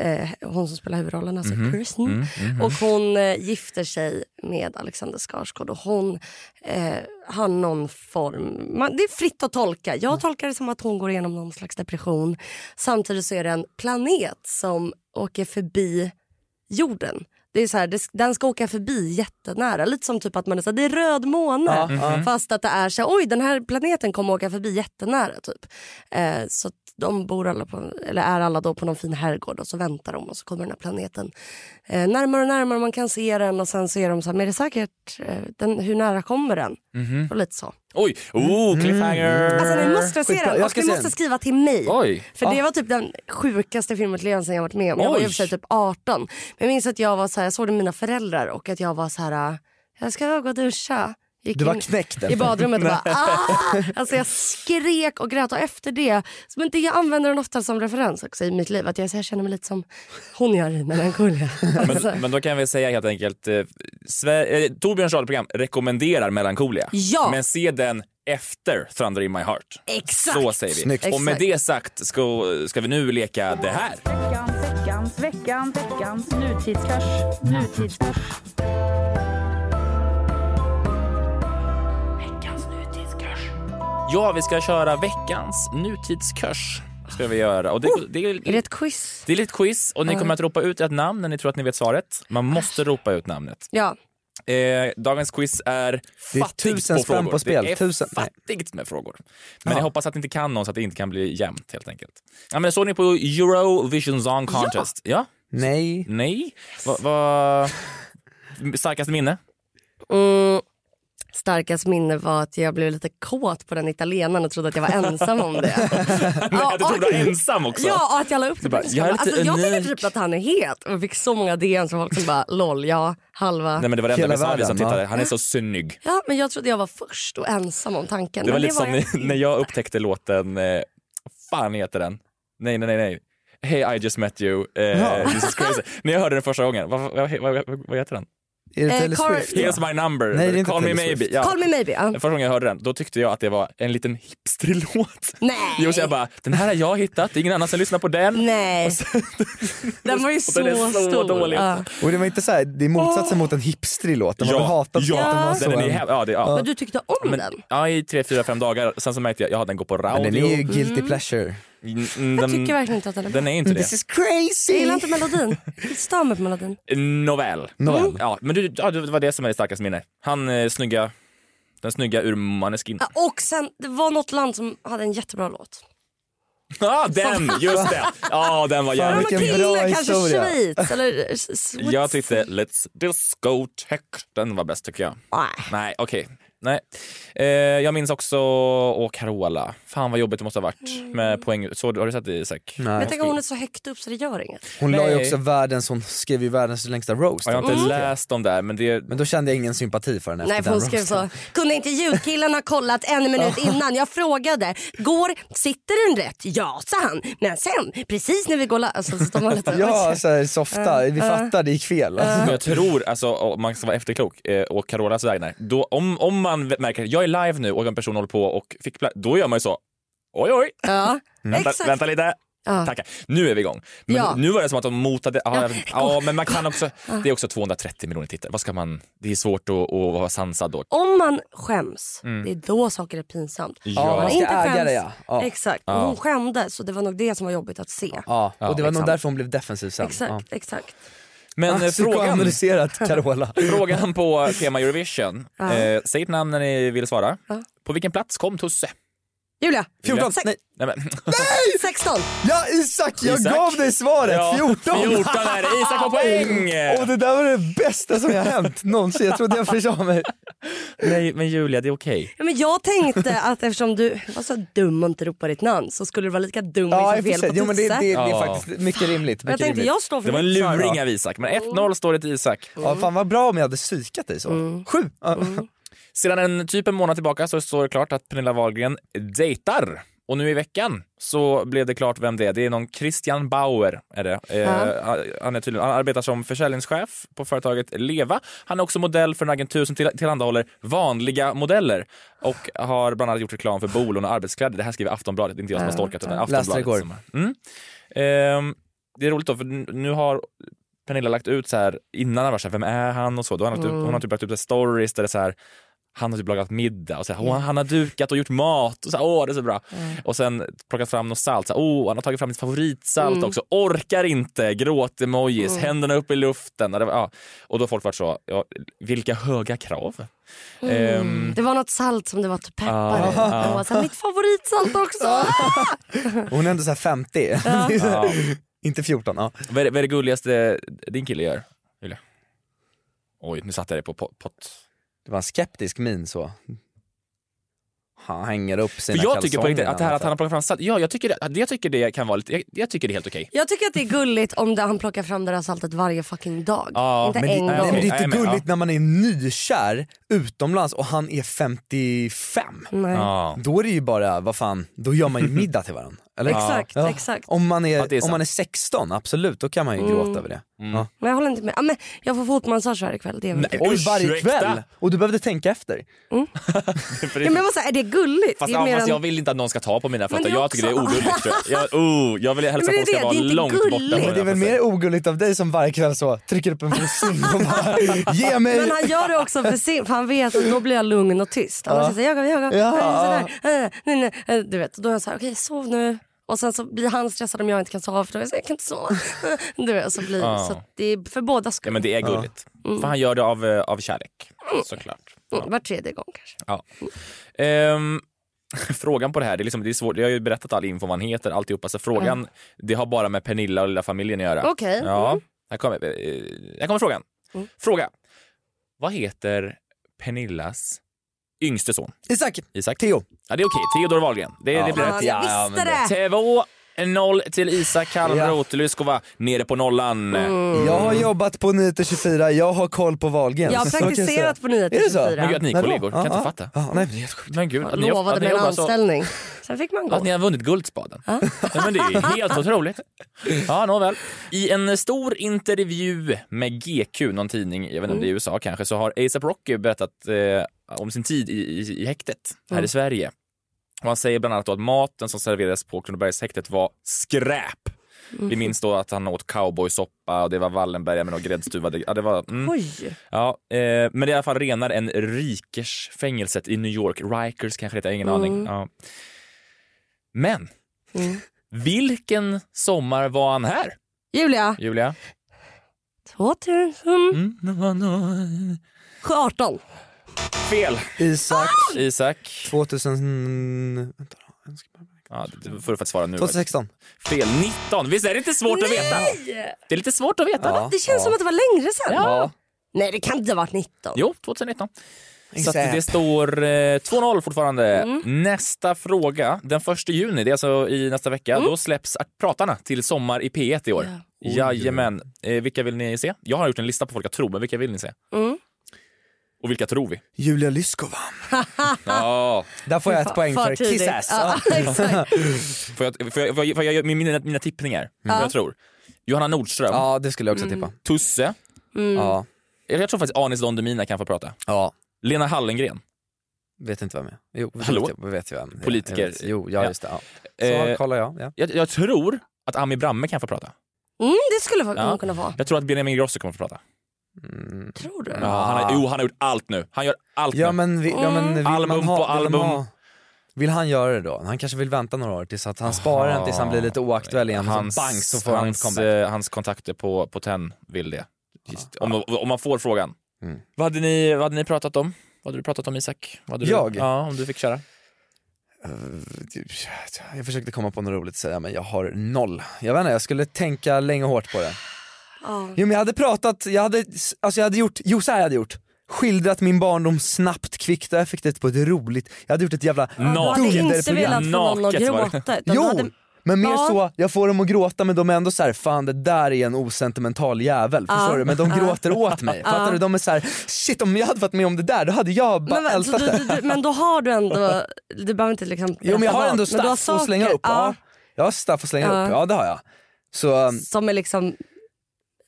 eh, hon som spelar huvudrollen, alltså Mhm. Kirsten. Mm. Och hon eh, gifter sig med Alexander Skarsgård och hon eh, har någon form... Man, det är fritt att tolka. Mm. Jag tolkar det som att hon går igenom någon slags depression. Samtidigt så är det en planet som åker förbi jorden. Det är så här, det, den ska åka förbi jättenära. Lite som typ att man är så här, det är röd måne. Ja, Mm-hmm. ja. Fast att det är så här, oj den här planeten kommer åka förbi jättenära typ. Eh, så att de bor alla på, eller är alla då på någon fin herrgård och så väntar de och så kommer den här planeten eh, närmare och närmare. Man kan se den och sen ser de så här, men är det säkert, eh, den, hur nära kommer den? Och lite så. Oj! Oh, cliffhanger! Mm, Alltså ni måste se Mhm. Skitbra, den jag och ska ni se måste den. skriva till mig. Oj! För det var typ den sjukaste filmupplevelsen jag varit med om. Jag var i och för sig Oj. typ 18. Men jag minns att jag var så här, jag såg det med mina föräldrar och att jag var så här, äh, jag ska gå och duscha. Gick Du var in knäckt i efter. badrummet och bara ah! Alltså jag skrek och grät och efter det, men det, jag använder den ofta som referens också i mitt liv. Att jag, så jag känner mig lite som hon gör i Melancholia. Alltså, Men, men då kan vi säga helt enkelt, eh, Sver- eh, Torbjörns radioprogram rekommenderar Melancholia. Ja. Men se den efter Thunder in my heart. exakt! Så säger vi. Snyggt. Och med Exakt. det sagt ska, ska vi nu leka det här. Veckans, veckans, veckans, veckans nutidskurs. Nutidskurs. Ja, vi ska köra veckans nutidskurs. Ska vi göra. Och det, det, Är är, det ett quiz? det är lite quiz och ni kommer att ropa ut ett namn när ni tror att ni vet svaret. Man måste ropa ut namnet. Ja. Eh, dagens quiz är Det är fattigt tusen på spänn frågor. på spel. Det är Tusen- nej. fattigt med frågor. Men jag hoppas att ni inte kan någon så att det inte kan bli jämnt helt enkelt. Ja, men såg ni på Eurovision Song Contest? Ja. Nej. Nej. Vad... Va... Starkaste minne? Mm. Starkast minne var att jag blev lite kåt på den italienaren och trodde att jag var ensam om det. Ja, jag trodde och- du var ensam också. Ja, och att jag la upp det på bara, Instagram. jag är lite alltså, jag tycker unik. typ att han är het och fick så många DMs från folk som bara LOL, ja, halva. Nej, men det var det enda Hela vi sa, vi som världen, va? tittade. Han är så snygg. Ja, men jag trodde jag var först och ensam om tanken. Det var men lite som jag när- när jag upptäckte låten... Eh, fan heter den? Nej, nej, nej. nej. Hey I just met you, eh, this is crazy. När jag hörde den första gången, vad, vad, vad, vad heter den? Är det Eh, Taylor Car- Swift? Here's my number. Nej, det är inte Call me Taylor Swift. maybe. Ja. Call me maybe, ja. Första gången jag hörde den, då tyckte jag att det var en liten hipstrig låt. Nej. Jo, så jag bara, den här har jag hittat, det är ingen annan som lyssnar på den. Nej. Den var ju Och så, den är så stor. dålig. Ja. Och det var inte så här, det är motsatsen mot en hipstrig låt, den var Ja, väl hatad för att den var ja, så den är en- ju häv- ja, det, ja. Men du tyckte om Men, den? ja, i tre, fyra, fem dagar. Sen så märkte jag, ja den går på Men radio. den är ju guilty pleasure. Mm, mm, Jag den, tycker verkligen inte att den är bra. den är inte det. This is Jag crazy! gillar inte melodin. Jag stör mig på melodin. Nåväl. Nåväl. Mm. Ja, men du, ja, det var det som är det starkaste minne. Han eh, snygga, den snygga ur Maneskin. Ja, Och sen, det var något land som hade en jättebra låt. Ja, ah, den! Just det! Ja, den var Fan, Ja, men jävligt vilken Kille, bra kanske historia. Schweiz eller eh, Swiss. Jag tyckte Let's Discotech, den var bäst tycker jag. Ah. Nej. Nej, okej. Nej. Eh, jag minns också åh, Carola. Fan vad jobbigt det måste ha varit med poäng. Så, har du sett det Isak? Nej. Mm. Men tänk om hon är så högt upp så det gör inget. Hon la ju Nej. också världens, hon skrev ju världens längsta roast. Ja, jag har inte läst om där men det... Men då kände jag ingen sympati för henne efter Nej för den hon skrev så. roasten. Kunde inte ljudkillen ha kollat en minut innan? Jag frågade. Går, sitter den rätt? Ja sa han. Men sen precis när vi går la- alltså, så de var lite... Ja, så här, softa, vi fattar det gick fel. Men jag tror, alltså, om man ska vara efterklok eh, och Carolas vägnar, då, om, om man v- märker att jag är live nu och en person håller på och fick plats, då gör man ju så. Oj, oj, ja. vänta, Exakt. vänta lite. Ja. Tackar. Nu är vi igång. Men Ja. nu var det som att de motade. Ja, jag- ja, men man kan också, det är också 230 miljoner tittare. Vad ska man, det är svårt att, att vara sansad då. Om man skäms, det är då saker är pinsamt. Ja. Om man man ska inte äga skäms, det, ja. Ja. Exakt. Och Hon skämdes så det var nog det som var jobbigt att se. Ja, och det var nog exakt. därför hon blev defensiv sen. Exakt, exakt. Men eh, Ja. frågan, Psykoanalyserat Carola. frågan på tema Eurovision. Eh, säg ett namn när ni vill svara. På vilken plats kom Tusse? Julia, 14, Sex- nej, Nej, men, 16. ja Isak jag Isak. gav dig svaret! Ja, 14! 14 är det. Isak har poäng! Och det där var det bästa som har hänt någonsin, jag trodde jag försade mig. Liksom Nej, men Julia, det är okej. Ja, men jag tänkte att eftersom du var så dum och inte ropade ditt namn så skulle du vara lika dum och Ja, i och för gissa fel sig. på Jo men det, det, det Ja. är faktiskt mycket rimligt. Mycket Jag tänkte rimligt. jag står för Det var en mitt svar. luring av Isak, men 1-0 står det till Isak. Ja, fan vad bra om jag hade psykat dig så. Mm. Sju! Ja. Sedan en typ en månad tillbaka så står det klart att Pernilla Wahlgren dejtar. Och nu i veckan så blev det klart vem det är. Det är någon Christian Bauer. Är det. Eh, han, är tydligen, han arbetar som försäljningschef på företaget Leva. Han är också modell för en agentur som till, tillhandahåller vanliga modeller och har bland annat gjort reklam för Bolon och arbetskläder. Det här skriver Aftonbladet, det är inte jag som har stalkat utan Aftonbladet. Läste det igår. som- Mm. Ehm, det är roligt då, för n- nu har Pernilla lagt ut så här innan han var så här, vem är han och så. Då har han, Mm. lagt upp, hon har typ lagt upp så här stories där det är så här, han har typ lagat middag och så här, Mm. "Åh, han har dukat och gjort mat och så här, åh det är så bra. Och sen plockat fram något salt, så här, åh han har tagit fram mitt favoritsalt Mm. också, orkar inte, gråt-emojis, händerna upp i luften. Och, det var, ja. och då har folk varit så, ja, vilka höga krav. Ehm, Mm. Det var något salt som det var typ peppar i. Ja, Det var så här, Mitt favoritsalt också. Och Hon är ändå såhär 50. Det är så här- Inte 14, ja. vad, är det, vad är det gulligaste din kille gör? Julia? Oj, nu satte jag dig på pot. pot. Det var en skeptisk min så. Han hänger upp sina För jag tycker på riktigt kalsonger alltså. att det här att han framför. har plockat fram salt, ja jag tycker det, jag tycker det kan vara lite, jag, jag tycker det är helt okej. Jag tycker att det är gulligt om det, han plockar fram det där saltet varje fucking dag. Ja, inte men det, en nej, gång. men det är Nej, inte men, gulligt när man är nykär utomlands och han är 55. Nej. Ja. Då är det ju bara, vad fan, då gör man ju middag till varandra. Eller? Exakt, exakt. Mm. Om man är, det är om sant. Mm. man är 16, absolut, då kan man ju gråta över det. Ja. Men jag håller inte med. Ja, men jag får fotmassage varje kväll. Det är väl Nej, kul. Oj, ursäkta. varje kväll! Och du behövde tänka efter. För det- ja, men jag var så här, är det gulligt? Fast, det är ja, mer fast än- jag vill inte att någon ska ta på mina fötter, det är jag tycker det är också- ogulligt. tror jag. Jag, oh, jag vill hälsa Men det på är att ska det, vara det är inte långt borta. gulligt. från Men det är väl mina fötter. mer ogulligt av dig som varje kväll så trycker upp en frisyr och bara, ge mig! Men han gör det också för sin, för han vet att då blir jag lugn och tyst. Annars ja. säger jag, jag, jag, jag, Ja. sådär, eh, nej, nej, eh, du vet. Då är jag såhär, okej sov nu. Och sen så blir han stressad om jag inte kan sova för då är jag såhär, jag kan inte sova. Eh, Du vet, så blir, Ja. så att det är för båda Ja, skull. men det är gulligt. För han gör det av, eh, av kärlek, såklart. Mm, Var tredje gång kanske. Ja. Ehm, frågan på det här, det är, liksom, det är svårt. Jag har ju berättat all info om vad han heter, alltihopa. Så frågan, det har bara med Pernilla och lilla familjen att göra. Mm. Okej. Mm. Ja, här, kommer, eh, här kommer frågan. Fråga. Vad heter Pernillas yngste son? Isak, Isak? Theo. Ja, det är okej. Theodor Wahlgren. Det, det blir Ja, rätt. jag ja, visste det! 2-0 till Isak Kalmroth. Lyskova nere på nollan. Mm. Jag Mm. har jobbat på 9 till 24, jag har koll på Wahlgrens. Jag har Så kan säga. praktiserat på 9 Är det till så? Men gud 24. att ni är När då? kollegor. Kan Ja, inte ja. fatta. Ja, nej, men det är helt sjukt. Men gud, att Jag ni- lovade att ni mig en jobbar så- anställning. Sen fick man gå. Att ni har vunnit Guldspaden. Ja. men det är ju helt otroligt. Ja, nåväl. I en eh, stor intervju med GQ, någon tidning, jag vet inte om det Mm. är i USA kanske, så har ASAP Rocky berättat eh, om sin tid i, i, i häktet här Mm. i Sverige. Och han säger bland annat då att maten som serverades på Kronobergshäktet var skräp. Vi Mm. minns då att han åt cowboysoppa och det var Wallenberga med någon gräddstuvade... Ja, det var, mm. Oj. Ja, eh, men det är i alla fall renare än Rikersfängelset i New York. Rikers kanske det heter, jag har ingen Mm. aning. Ja. Men Mm. vilken sommar var han här, Julia, Julia? 2018. Mm. Fel! Isak, Ah! Isak. 2000... Vänta, jag ska bara- Ja, det det får du faktiskt svara nu. 2016. Fel 19. Visst är det inte svårt att veta? Det är lite svårt att veta. Ja. Det känns som att det var längre sedan. Ja. Nej, det kan inte ha varit 19. Jo, 2019. Så att Exakt. det står eh, 2-0 fortfarande. Mm. Nästa fråga, den 1 juni, det är alltså i nästa vecka, Mm. då släpps art- Pratarna till Sommar i P1 i år. Jajamän. Eh, vilka vill ni se? Jag har gjort en lista på folk jag tror, men vilka vill ni se? Mm. Och vilka tror vi? Julia Lyskova. Ah. Ja, Där får jag ett poäng för tidigt. Kiss ass. Ja, exakt. får jag, får jag, får jag, får jag, mina, mina tippningar? Ah. Vad jag tror. Johanna Nordström, Ja, det skulle jag också Mm. tippa. Tusse, Ja, jag tror faktiskt Anis Don Demina kan få prata. ja. Lena Hallengren. Vet inte vem jag är. Jo, vet Hallå? jag- vet jag vem. Politiker. Jag vet. Jo, ja Ja. just det. Ja. Så Eh, kollar jag. Ja. Jag, jag tror att Ami Bramme kan få prata. Mm, det skulle hon Ja. kunna vara. Jag tror att Benjamin Ingrosso kommer få prata. Mm. Tror du? Ja, han har, jo, han har gjort allt nu. Han gör allt Ja nu. men, vi, ja, Mm. men vill Album man ha, på vill man album. Ha, vill han göra det då? Han kanske vill vänta några år tills att han sparar den tills han blir lite oaktuell igen. Hans, Hans, så bang så får han hans, ett comeback. eh, hans kontakter på, på TEN vill det. Just, om, om man får frågan. Mm. Vad, hade ni, vad hade ni pratat om? Vad hade du pratat om Isak? Vad hade du, Jag? Ja, om du fick köra. Eh, Jag försökte komma på något roligt att säga men jag har noll. Jag vet inte, jag skulle tänka länge och hårt på det. Ja. Jo men jag hade pratat, jag hade, alltså jag hade gjort, jo så här jag hade gjort. Skildrat min barndom snabbt, kvickt och effektivt på ett roligt, jag hade gjort ett jävla Du hade inte dunderprogram. velat få någon att Naket var det. gråta. utan du Jo! Hade... Men mer Ja. så, jag får dem att gråta men de är ändå så här, fan det där är en osentimental jävel, förstår du? Men de gråter åt mig, fattar du? De är så här, shit om jag hade varit med om det där då hade jag bara Men, men, så ältat du, det. du, du, men då har du ändå, du behöver inte liksom Jo men jag har berätta ändå vad, men du har staff att slänga saker, upp, ja. Jag har staff att slänga Ja. upp, ja det har jag. Så, um, Som är liksom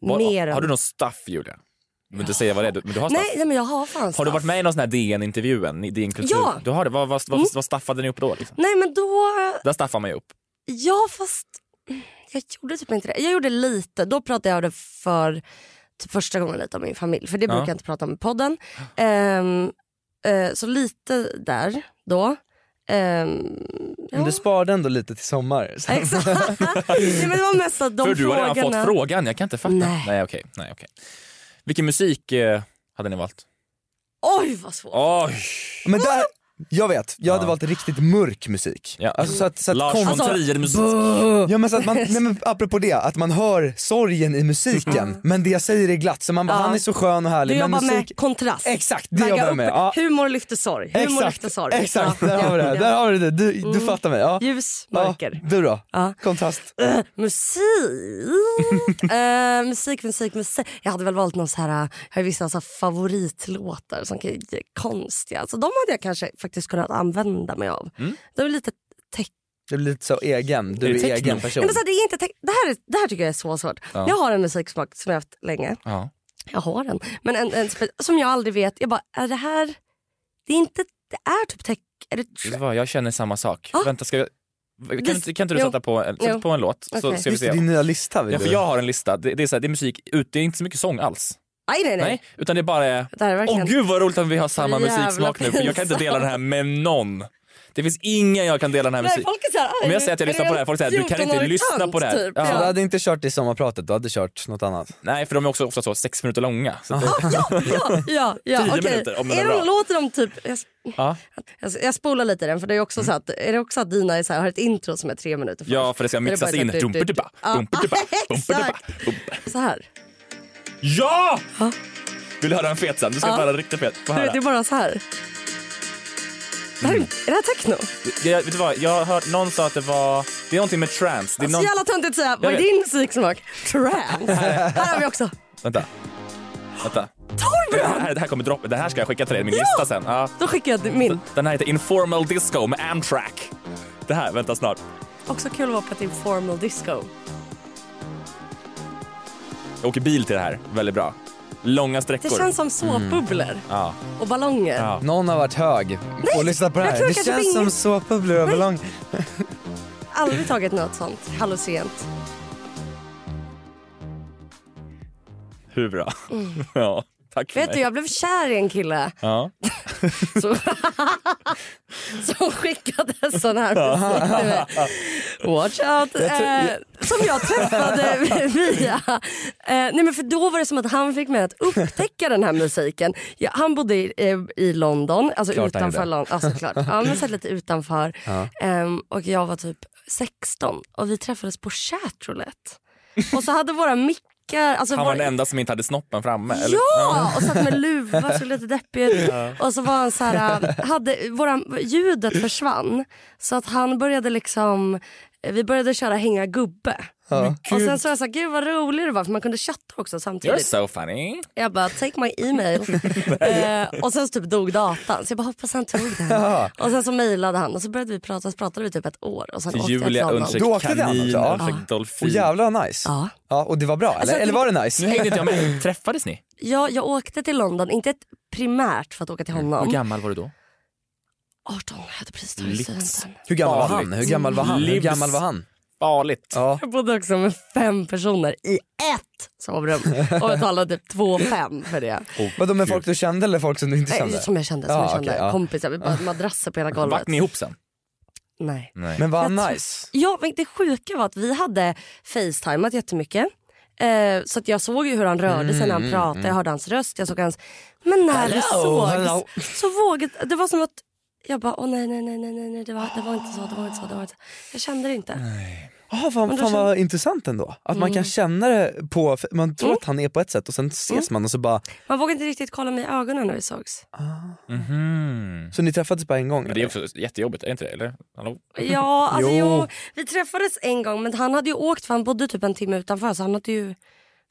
Vad- mer än- Har du någon staff Julia? Du behöver inte säga vad det är, du- men du har staff. Nej, nej men jag har fan Har du staff. varit med i någon sån här DN-intervjun? i DN Kultur? Ja. Mm. Du har det. Vad, vad, vad, vad staffade ni upp då? Liksom? Nej men då, Där staffar man ju upp. ja fast jag gjorde typ inte det. Jag gjorde lite, då pratade jag om det för typ första gången lite om min familj. För det brukar jag inte prata om i podden. Ehm, eh, så lite där då. Ehm, men du sparade ändå lite till sommar. Så- Exakt. Nej, men det var mest att de För du har frågorna. redan fått frågan, jag kan inte fatta. Nej. Nej, okej. Nej, okej. Vilken musik eh, hade ni valt? Oj vad svårt. Oj! Men där, jag vet, jag hade Ja. valt riktigt mörk musik. Ja. Alltså, så att, så att Alltså, Lars kon- von Alltså, Trier-musik. Ja men så att man, nej, men apropå det, att man hör sorgen i musiken men det jag säger är glatt så man bara, Ja. han är så skön och Du härlig men jobbar musik... med kontrast. Exakt, det Väga jobbar jag upp med. Ja. Humor lyfter sorg. Humor lyfter Exakt, sorg. exakt Ja. där har vi det. Ja. Där har vi det. Du, du Mm. fattar mig. Ja. Ljus, Ja, mörker. du då? Ja. Kontrast. Eh, musik. Eh, musik, musik, musik. Jag hade väl valt någon så här, eh, jag har ju vissa så här favoritlåtar som är konstiga. Så de hade jag kanske faktiskt kunnat använda mig av. De är lite teck- Du blir lite så Mm. egen, du Är det är, techno? egen person. Nej, men så här, det, är inte teck- det, här är, det här tycker jag är så svårt. Ja. Jag har en musiksmak som jag haft länge. Ja. Jag har en. Men en, en spe- som jag aldrig vet. Jag bara, är det här... Det är inte... Det är typ tech... Är det, Vet du vad, jag känner samma sak. Ah. Vänta, ska jag... Kan, Det- inte- kan inte du jo. sätta på, en- sätta Jo. på en låt så Okej. ska vi Just det, se. din nya lista vill Ja, för du. jag har en lista. Det, det, är så här, det är musik, ut, det är inte så mycket sång alls. nej, nej, nej. Nej. utan det är bara... Det här är Åh verkligen... gud vad roligt att vi har samma Jävla musiksmak nu för jag kan inte dela den här med någon. Det finns ingen jag kan dela den här nej, musiken folk är så här, Om jag säger att jag lyssnar på det här, folk säger att du kan inte lyssna på det här. Typ. Ja. Så du Ja. hade inte kört i sommarpratet, du hade kört något annat. Nej för de är också ofta så sex minuter långa. Så att det, Ja, ja, ja, ja Tio okej. minuter, om den är är bra. de, låter de typ... Jag, ja. Mm. jag, jag spolar lite i den för det är också så att, är det också att dina är så här, har ett intro som är tre minuter först? ja för det ska Där det mixas bara in. så här, Ah, du, du, du. Dumpertibba, Ja, dumpertibba, dumpertibba, exakt. dumpertibba. Så här. Ja! Vill du höra en fet sen? Du Ah. ska få höra en riktigt fet. Få Du höra. vet, det är bara så här. Det här är, är det här techno? Jag, vet du vad, jag har hört någon sa att det var... Det är någonting med trance. Det är Så någon... Alltså, jävla töntigt att säga, vad är vet. din musiksmak? Trance. här har vi också. Vänta. Vänta. Det Torbjörn! här, det här kommer droppa. Det här ska jag skicka till dig, min lista sen. Ja. Då skickar jag min. Den här heter Informal Disco med Amtrak. det här. Vänta snart. Också kul att vara på ett informal disco. Jag åker bil till det här. Väldigt bra. Långa sträckor. Det känns som såpbubblor Mm. Ja. och ballonger. Ja. Någon har varit hög och lyssnat på det jag här. tror Det kanske känns det är som ingen- såpbubblor och ballong. Aldrig tagit något sånt hallucinant. Hur bra? Ja, tack för Vet mig. du, jag blev kär i en kille Ja. som, som skickade sån här musik till mig. Watch out! eh, som jag träffade via... Eh, nej men för då var det som att han fick mig att upptäcka den här musiken. Ja, han bodde i, eh, i London, alltså Klart han utanför gjorde. London. Alltså, klart. Ja, men så här lite utanför. Ja. Ehm, och jag var typ 16 och vi träffades på chatroulette. Och så hade våra mickar... Alltså Han vår- var den enda som inte hade snoppen framme. Eller? Ja! Och satt med luva, såg lite deppig ut. Och så var han så här, äh, hade, våra, ljudet försvann. Så att han började liksom, vi började köra hänga gubbe. Ja. Och sen så var jag såhär, gud vad rolig du var för man kunde chatta också You're samtidigt. so funny. Jag bara, take my email. eh, och sen så typ dog datan. Så jag bara, hoppas han tog den. Ja. Och sen så mejlade han och så började vi prata, så pratade vi typ ett år. Och sen åkte jag till Julia London. Du Uncheck åkte den Kanin, också, ja. Uncheck Och Dolphin. jävlar vad nice. Ja. Ja, och det var bra, eller? Alltså, Eller var det Nu nice? hängde inte jag med. Träffades ni? Ja, jag åkte till London, inte primärt för att åka till honom. Hur gammal var du då? 18, jag hade precis tagit Livs. studenten. Hur gammal var han? Farligt. Hur gammal var han? Hur Livs. gammal var han? Farligt. Ja. Jag bodde också med fem personer i ett sovrum och jag talade typ två fem för det. Vadå med folk du kände eller folk som du inte Nej, kände? som jag kände, som Ja, jag kände. okej, ja. kompisar, vi bara madrasser på hela golvet. Vart ni ihop sen? Nej. Nej. Men var han Jag tror- nice? Ja, men det sjuka var att vi hade facetimat jättemycket. Eh, så att jag såg ju hur han rörde sig när Mm, han pratade, jag hörde hans röst, jag såg hans... Men när vi Hello, sågs hello. så vågade... Det var som att jag bara, åh nej, nej, nej, nej, nej, nej, det var, det var inte så, det var inte så, det var inte så. Jag kände det inte. Ah, fan Men då fan vad intressant ändå. Att man Mm. kan känna det på, för man tror att han är på ett sätt och sen ses man och så bara, Man vågade inte riktigt kolla mig i ögonen när vi sågs. Mhm. så ni träffades bara en gång? Men det är också jättejobbigt, är det inte det? Eller? Hallå? Ja, alltså Jo. jo. Vi träffades en gång men han hade ju åkt för han bodde typ en timme utanför så han hade ju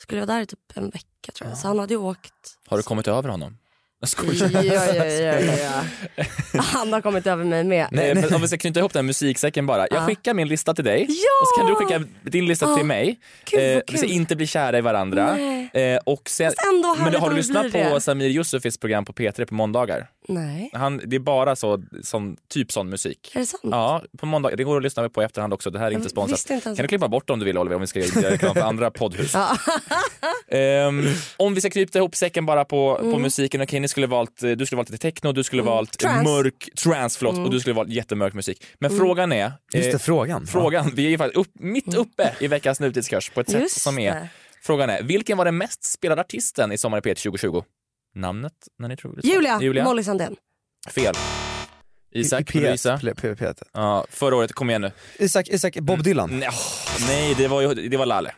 skulle vara där i typ en vecka tror jag. Så han hade ju åkt. Har du kommit över honom? Jag skojar. Ja, ja, ja, ja, ja. Han har kommit över mig med. Nej, Eh, men om vi ska knyta ihop den här musiksäcken bara. Jag Ja. skickar min lista till dig Ja! och så kan du skicka din lista Ja. till mig. Eh, Gud, vad vi ska kul. inte bli kära i varandra. Nej. Eh, och sen, Fast ändå men härligt har om du vi lyssnat blir på det. Samir? Samir Yusufis program på P3 på måndagar? Nej, Han, det är bara så, sån, typ sån musik. är det sant? Ja, på måndag. Det går att lyssna på i efterhand också. Det här är inte Jag sponsrat. visste inte ens- Kan du klippa bort det om du vill Oliver om vi ska göra reklam för andra poddhus? Ehm, om vi ska krypa ihop säcken bara på, på Mm. musiken. Okej, ni skulle valt, eh, du skulle valt lite techno, du skulle valt Trance. mörk trance förlåt, Mm. och du skulle valt jättemörk musik. Men frågan är, Just eh, det, frågan. frågan, vi är ju faktiskt upp, mitt uppe i veckans nutidskurs på ett sätt Mm. Just som är, det. frågan är, vilken var den mest spelade artisten i Sommar i P1 2020? Namnet när ni tror det. Julia, Julia. Molly Sandén. Fel. Isak, vill du gissa? Peter. Ja, förra året, kom igen nu. Isak, Isak, Bob Dylan. Nej, åh, nej det, var, ju- det var Lalle.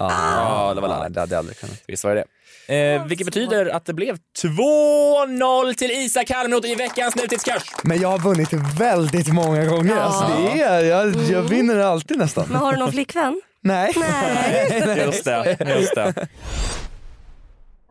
Ah, det var Lalle. Ja, det hade jag aldrig kunnat. Visst var det det eh, Vilket betyder att det blev 2-0 till Isak Halmroth i veckans nutidskurs. Men jag har vunnit väldigt många gånger. Alltså, det är, jag, jag vinner alltid nästan. Men har du någon flickvän? Nej. Nej. Just det, just det.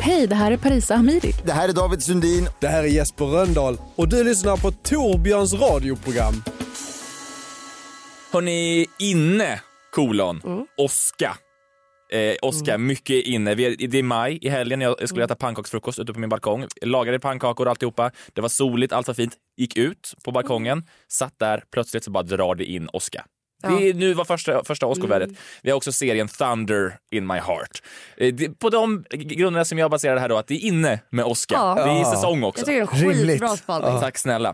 Hej, det här är Parisa Hamidi. Det här är David Sundin. Det här är Jesper Röndahl och du lyssnar på Torbjörns radioprogram. Hörni, inne, kolon, Mm. åska. Eh, Oskar, mycket inne. Vi är, det är maj i helgen. Jag Mm. skulle äta pannkaksfrukost ute på min balkong. Lagade pannkakor och alltihopa. Det var soligt, allt var fint. Gick ut på balkongen, satt där. Plötsligt så bara drar det in åska. Det är, nu var första, första åskovädret. Mm. Vi har också serien Thunder in my heart. Eh, det, på de grunderna som jag baserar det här då, att det är inne med åska. Ja. Det är säsong också. Jag tycker det är en Rimligt. skitbra spaning. Tack snälla.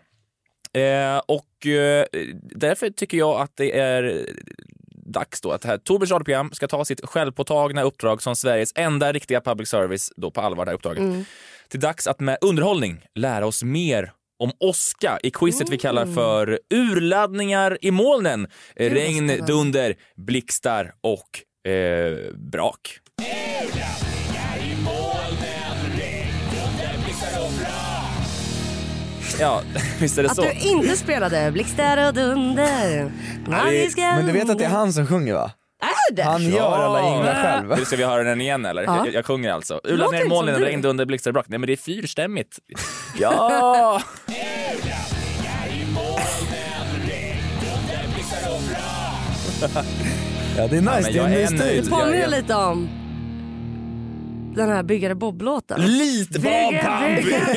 Eh, och eh, därför tycker jag att det är dags då att det här Torbjörns radioprogram ska ta sitt självpåtagna uppdrag som Sveriges enda riktiga public service då på allvar det här uppdraget. Till dags att med underhållning lära oss mer om åska i quizet vi kallar för urladdningar i molnen. Eh, vad Regn, spännande. dunder, blixtar och eh, brak. Ja, visst är det Att så. du inte spelade Blixtar och Dunder. Ja, vi ska- Men du vet att det är han som sjunger va? Är det? Han gör alla jinglar själv. Nu ska vi höra den igen eller? Ja. Jag, jag sjunger alltså. Låter Ulan ner i inte molnen, som du. regn, dunder, blixtar, och brak. Nej men det är fyrstämmigt. Ja! Ja det är nice, men det är jag en är ny nöjd. stil. Det påminner lite om den här Byggare Bob-låten. Lite Byggare, byggare.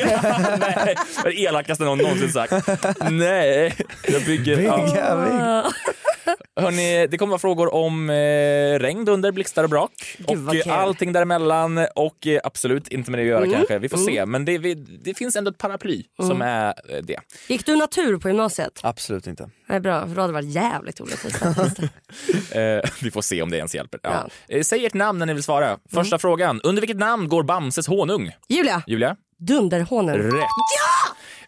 Nej, det var det elakaste någon någonsin sagt. Nej, jag bygger... Ja. Hörrni, det kommer vara frågor om eh, regn, dunder, blixtar och brak. och eh, allting däremellan och eh, absolut inte med det att göra Mm. kanske. Vi får Mm. se. Men det, vi, det finns ändå ett paraply Mm. som är eh, det. Gick du natur på gymnasiet? Absolut inte. Nej, bra, för då hade det varit jävligt orättvist. Eh, vi får se om det ens hjälper. Ja. Eh, Säg ert namn när ni vill svara. Första frågan. Under vilket namn går Bamses honung? Julia, Julia? Dunderhonung. Rätt.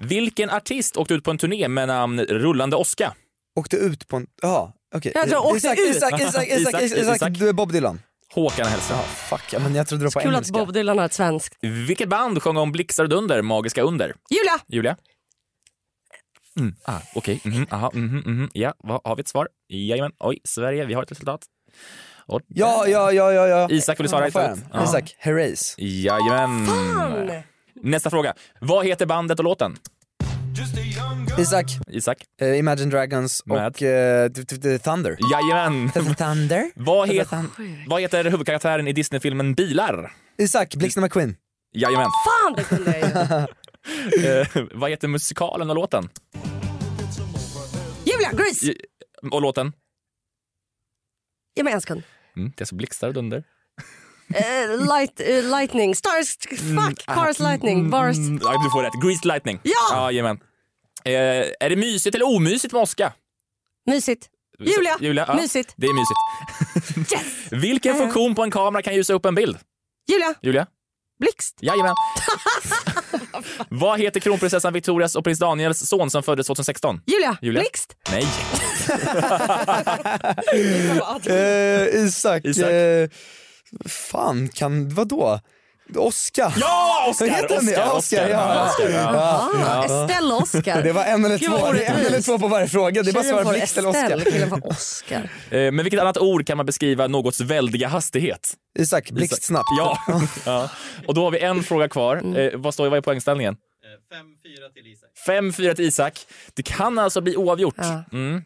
Vilken artist åkte ut på en turné med namn Rullande Oska? Åkte ut på en... Ja, okej. Jag tror jag åkte Isak, ut. Isak, Isak, Isak, Isak, Isak, Isak. du är Bob Dylan. Håkan Hellström. fuck, ja, men jag trodde det var på Kul att engelska. Bob Dylan har ett svenskt. Vilket band sjöng om Blixtar och Dunder, Magiska Under? Julia! Julia? Mm, ah, Okej, mhm, aha, mhm, mhm. ja, vad, har vi ett svar? Jajamän, oj, Sverige, vi har ett resultat. Och, Ja, ja, ja, ja, ja. Isak, vill du svara? Vad får jag den? Ja. Isak, Herreys. Jajamän. Fan! Nästa fråga. Vad heter bandet och låten? Isak. eh, Isak. Imagine Dragons och eh, d- d- d- Thunder. Jajamän. Thunder. Vad, het, vad heter huvudkaraktären i Disney-filmen Bilar? Isak, Blixten McQueen. Jajamän. Fan, det kunde jag ju. Eh, vad heter musikalen och låten? Julia, Grease! J- Och låten? Ge mig en sekund. Mm, det är så blixtar och dunder. Eh, light, eh, lightning, stars, Mm, fuck, cars lightning, bars. Ja, du får rätt. Greased Lightning. Mm. Ja! Jajamän. Eh, är det mysigt eller omysigt med åska? Mysigt. Julia, Julia ja. mysigt. Det är mysigt. Vilken funktion på en kamera kan ljusa upp en bild? Julia, Julia? blixt. Jajamän. Vad heter kronprinsessan Victorias och prins Daniels son som föddes 2016? Julia, Julia? blixt. Nej. Eh, Isak. Isak. eh, fan, kan, vadå? Oskar. Ja, Oscar! Vad heter han det? Oscar, Ja, Oscar, Oscar, ja. Oscar, ja. Ah, Estelle och Oscar. Det var en eller Gud, vad två, det är en orättvist. eller två på varje fråga. Det är bara Tjejen svara får blixt eller Estelle, killen Oscar. får Oscar. Eh, Men vilket annat ord kan man beskriva någots väldiga hastighet? Isak, blixtsnabbt. Ja. ja. Och då har vi en fråga kvar. Eh, vad står vad är poängställningen? 5-4 Eh, till Isak. 5-4 till Isak. Det kan alltså bli oavgjort. Ja. Mm.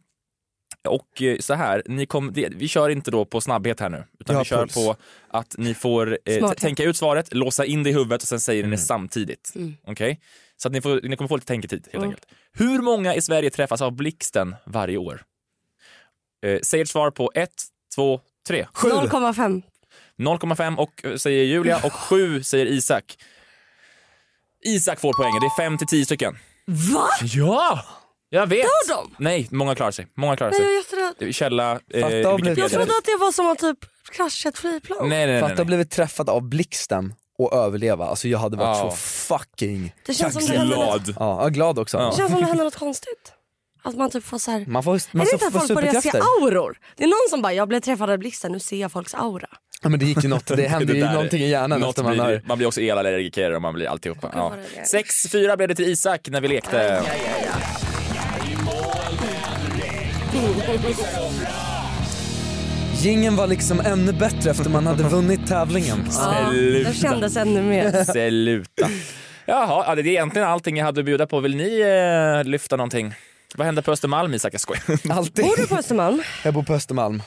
Och eh, så här, ni kom, det, vi kör inte då på snabbhet här nu, utan Ja, vi kör puls. på att ni får eh, t- Smarthet. tänka ut svaret, låsa in det i huvudet och sen säger ni det samtidigt. Mm. Okej? Så att ni, får, ni kommer få lite tänketid helt enkelt. Hur många i Sverige träffas av blixten varje år? Eh, säg ert svar på 1, 2, 3. 0,5. 0,5 och eh, säger Julia och 7 säger Isak. Isak får poängen. Det är 5 till 10 stycken. Va? Ja! Jag vet. Tar de? Nej, många klarar sig. Många klarar Nej, jag är sig. jätterädd. Källa eh, Fatta och bli Wikipedia. Jag trodde att det var som att typ krascha ett flygplan. Nej, nej, nej. Fatta att nej. ha blivit träffad av blixten och överleva. Alltså jag hade varit Ja. så fucking Det känns som det kaxig. händer något- Glad. Ja, jag är glad också. Det känns som det händer något konstigt. Att man typ får så här... Man får, är man det inte får, att får folk börjar se superkrafter. auror? Det är någon som bara, jag blev träffad av blixten, nu ser jag folks aura. Ja, men det gick ju något, det hände Det ju där är- någonting i hjärnan något efter man blir, har... Man blir också elallergiker och man blir alltihopa. Ja. vad det är. 6-4 blev det till Isak när vi lekte. Gingen var liksom ännu bättre efter man hade vunnit tävlingen. Sluta. Det kändes ännu mer. Sluta. Jaha, ja, det är egentligen allting jag hade att bjuda på. Vill ni eh, lyfta någonting? Vad hände på Östermalm, Isak? Jag skojar. Alltid. Bor du på Östermalm? Jag bor på Östermalm.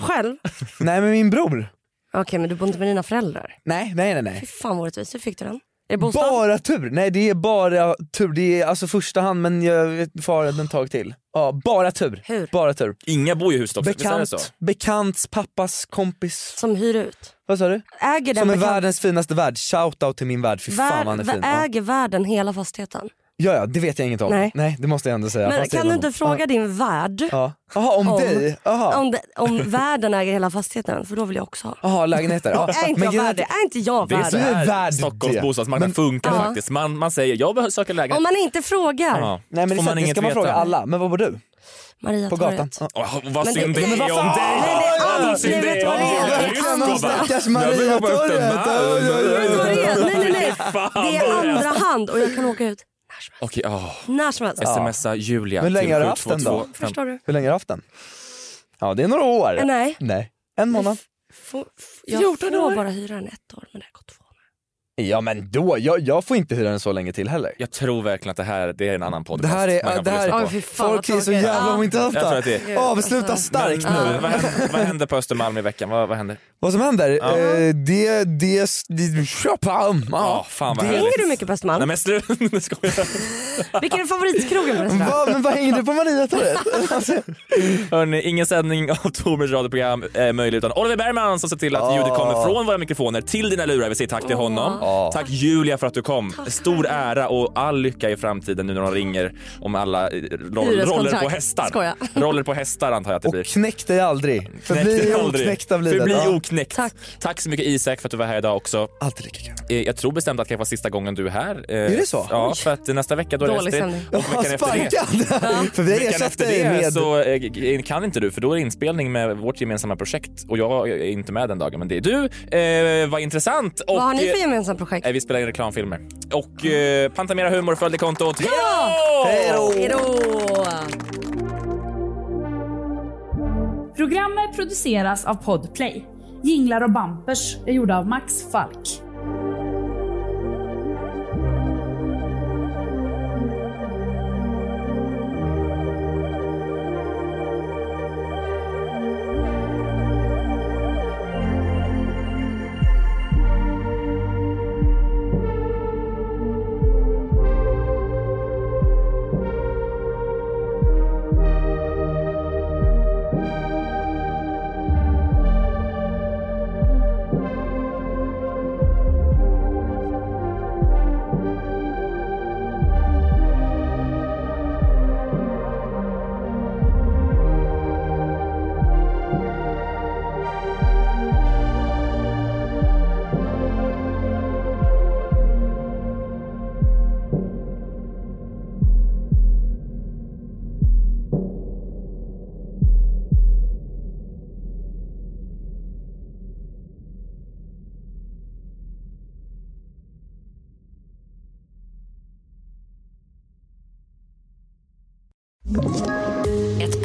Själv? Nej men min bror. Okej, men du bor inte med dina föräldrar? Nej, nej, nej. Fy nej. fan vad orättvist. Hur fick du den? Är det bostad? Bara tur. Nej det är bara tur. Det är alltså första hand men jag vet fara den tag till. Ja, bara tur. Hur? Bara tur. Inga bor ju i Hustorp, visst är det Bekant, så? bekants pappas kompis. Som hyr ut? Vad sa du? Äger den Som är bekant- världens finaste värld. Shoutout till min värld. Fy fan vad han är Vär- fin. Äger värden hela fastigheten? Ja, ja, det vet jag inget om. Nej. Nej, det måste jag ändå säga. Men Fast det är kan du någon- inte fråga din värd? Ja. Jaha, om, dig? Jaha. Om, de, om värden äger hela fastigheten, för då vill jag också ha. Jaha, lägenheter. Ja. är inte Men jag grejen är värd det? Är inte jag Det är värd så det? här värd Stockholms det. bostadsmarknad funkar Ja. faktiskt. Man, man säger jag behöver söka lägenhet. Om man inte frågar. Ja. Nej men det, Får man är sant, det inget ska man veta. fråga alla. Men vad bor du? Maria På gatan. Torget. Ja. Åh, vad Men det- synd det, Nej, men vad är om fan! dig! Nej, det är aldrig- Vad synd Nej, vet det är du om vad det är? dig! Verkligen någon stackars Jag behöver Maria bara upp den Torget. här. Oj, oj, oj, oj. Nej, nej, nej, nej. Fan, vad Det är andra hand och jag kan åka ut Okej, åh. när som helst. Smsa Julia Hur länge till har du haft den då? 722. Förstår du? Hur länge har du haft den? Ja det är några år. Eh, nej. Nej. En månad. Får- f- Jag får bara hyra den ett år. Men det går. Ja men då, jag, jag får inte hyra den så länge till heller. Jag tror verkligen att det här det är en annan podcast. Det här är, man kan det få här lyssna är på. folk är så jävla Ah. Jag tror ointressanta. att det är- Avsluta starkt Men, nu. eh, vad, händer, vad händer på Östermalm i veckan? Vad, vad händer? Vad som händer? Ja. Eh, det, det, det, Köpenhamn. Ja, fan vad det- härligt. Hänger du mycket på Östermalm? Nej men sluta, nu skojar jag. Vilken är favoritkrogen förresten? Va, men vad hänger du på Mariatorget? Alltså, Hörrni, ingen sändning av Torbjörns radioprogram är möjlig utan Oliver Bergman som ser till att Ja. ljudet kommer från våra mikrofoner till dina lurar. Vi säger tack Ah. till honom. Ah. Tack Julia för att du kom. Stor ära och all lycka i framtiden nu när de ringer om alla eh, roll, Hyreskontrakt. roller på hästar. Skoja. Roller på hästar antar jag att det blir. knäck dig aldrig. Förbli oknäckt av livet. Förbli Ja. oknäckt. Tack. så mycket Isak för att du var här idag också. Alltid lika kul. Eh, Jag tror bestämt att det kanske var sista gången du är här. Eh, Är det så? Ja, Oj. för att eh, nästa vecka då är det Dålig Estrid. sändning. Och veckan efter det- För vi har Veckan ersatt efter dig det med... så eh, g- kan inte du för då är det inspelning med vårt gemensamma projekt och jag är inte med den dagen men det är du. Eh, vad intressant! Och, Vad har ni för eh, gemensamt projekt? eh, Vi spelar in reklamfilmer. Och eh, Pantamera Humor följde kontot. Hejdå! Programmet produceras av Podplay. Jinglar och bampers är gjorda av Max Falk. Ett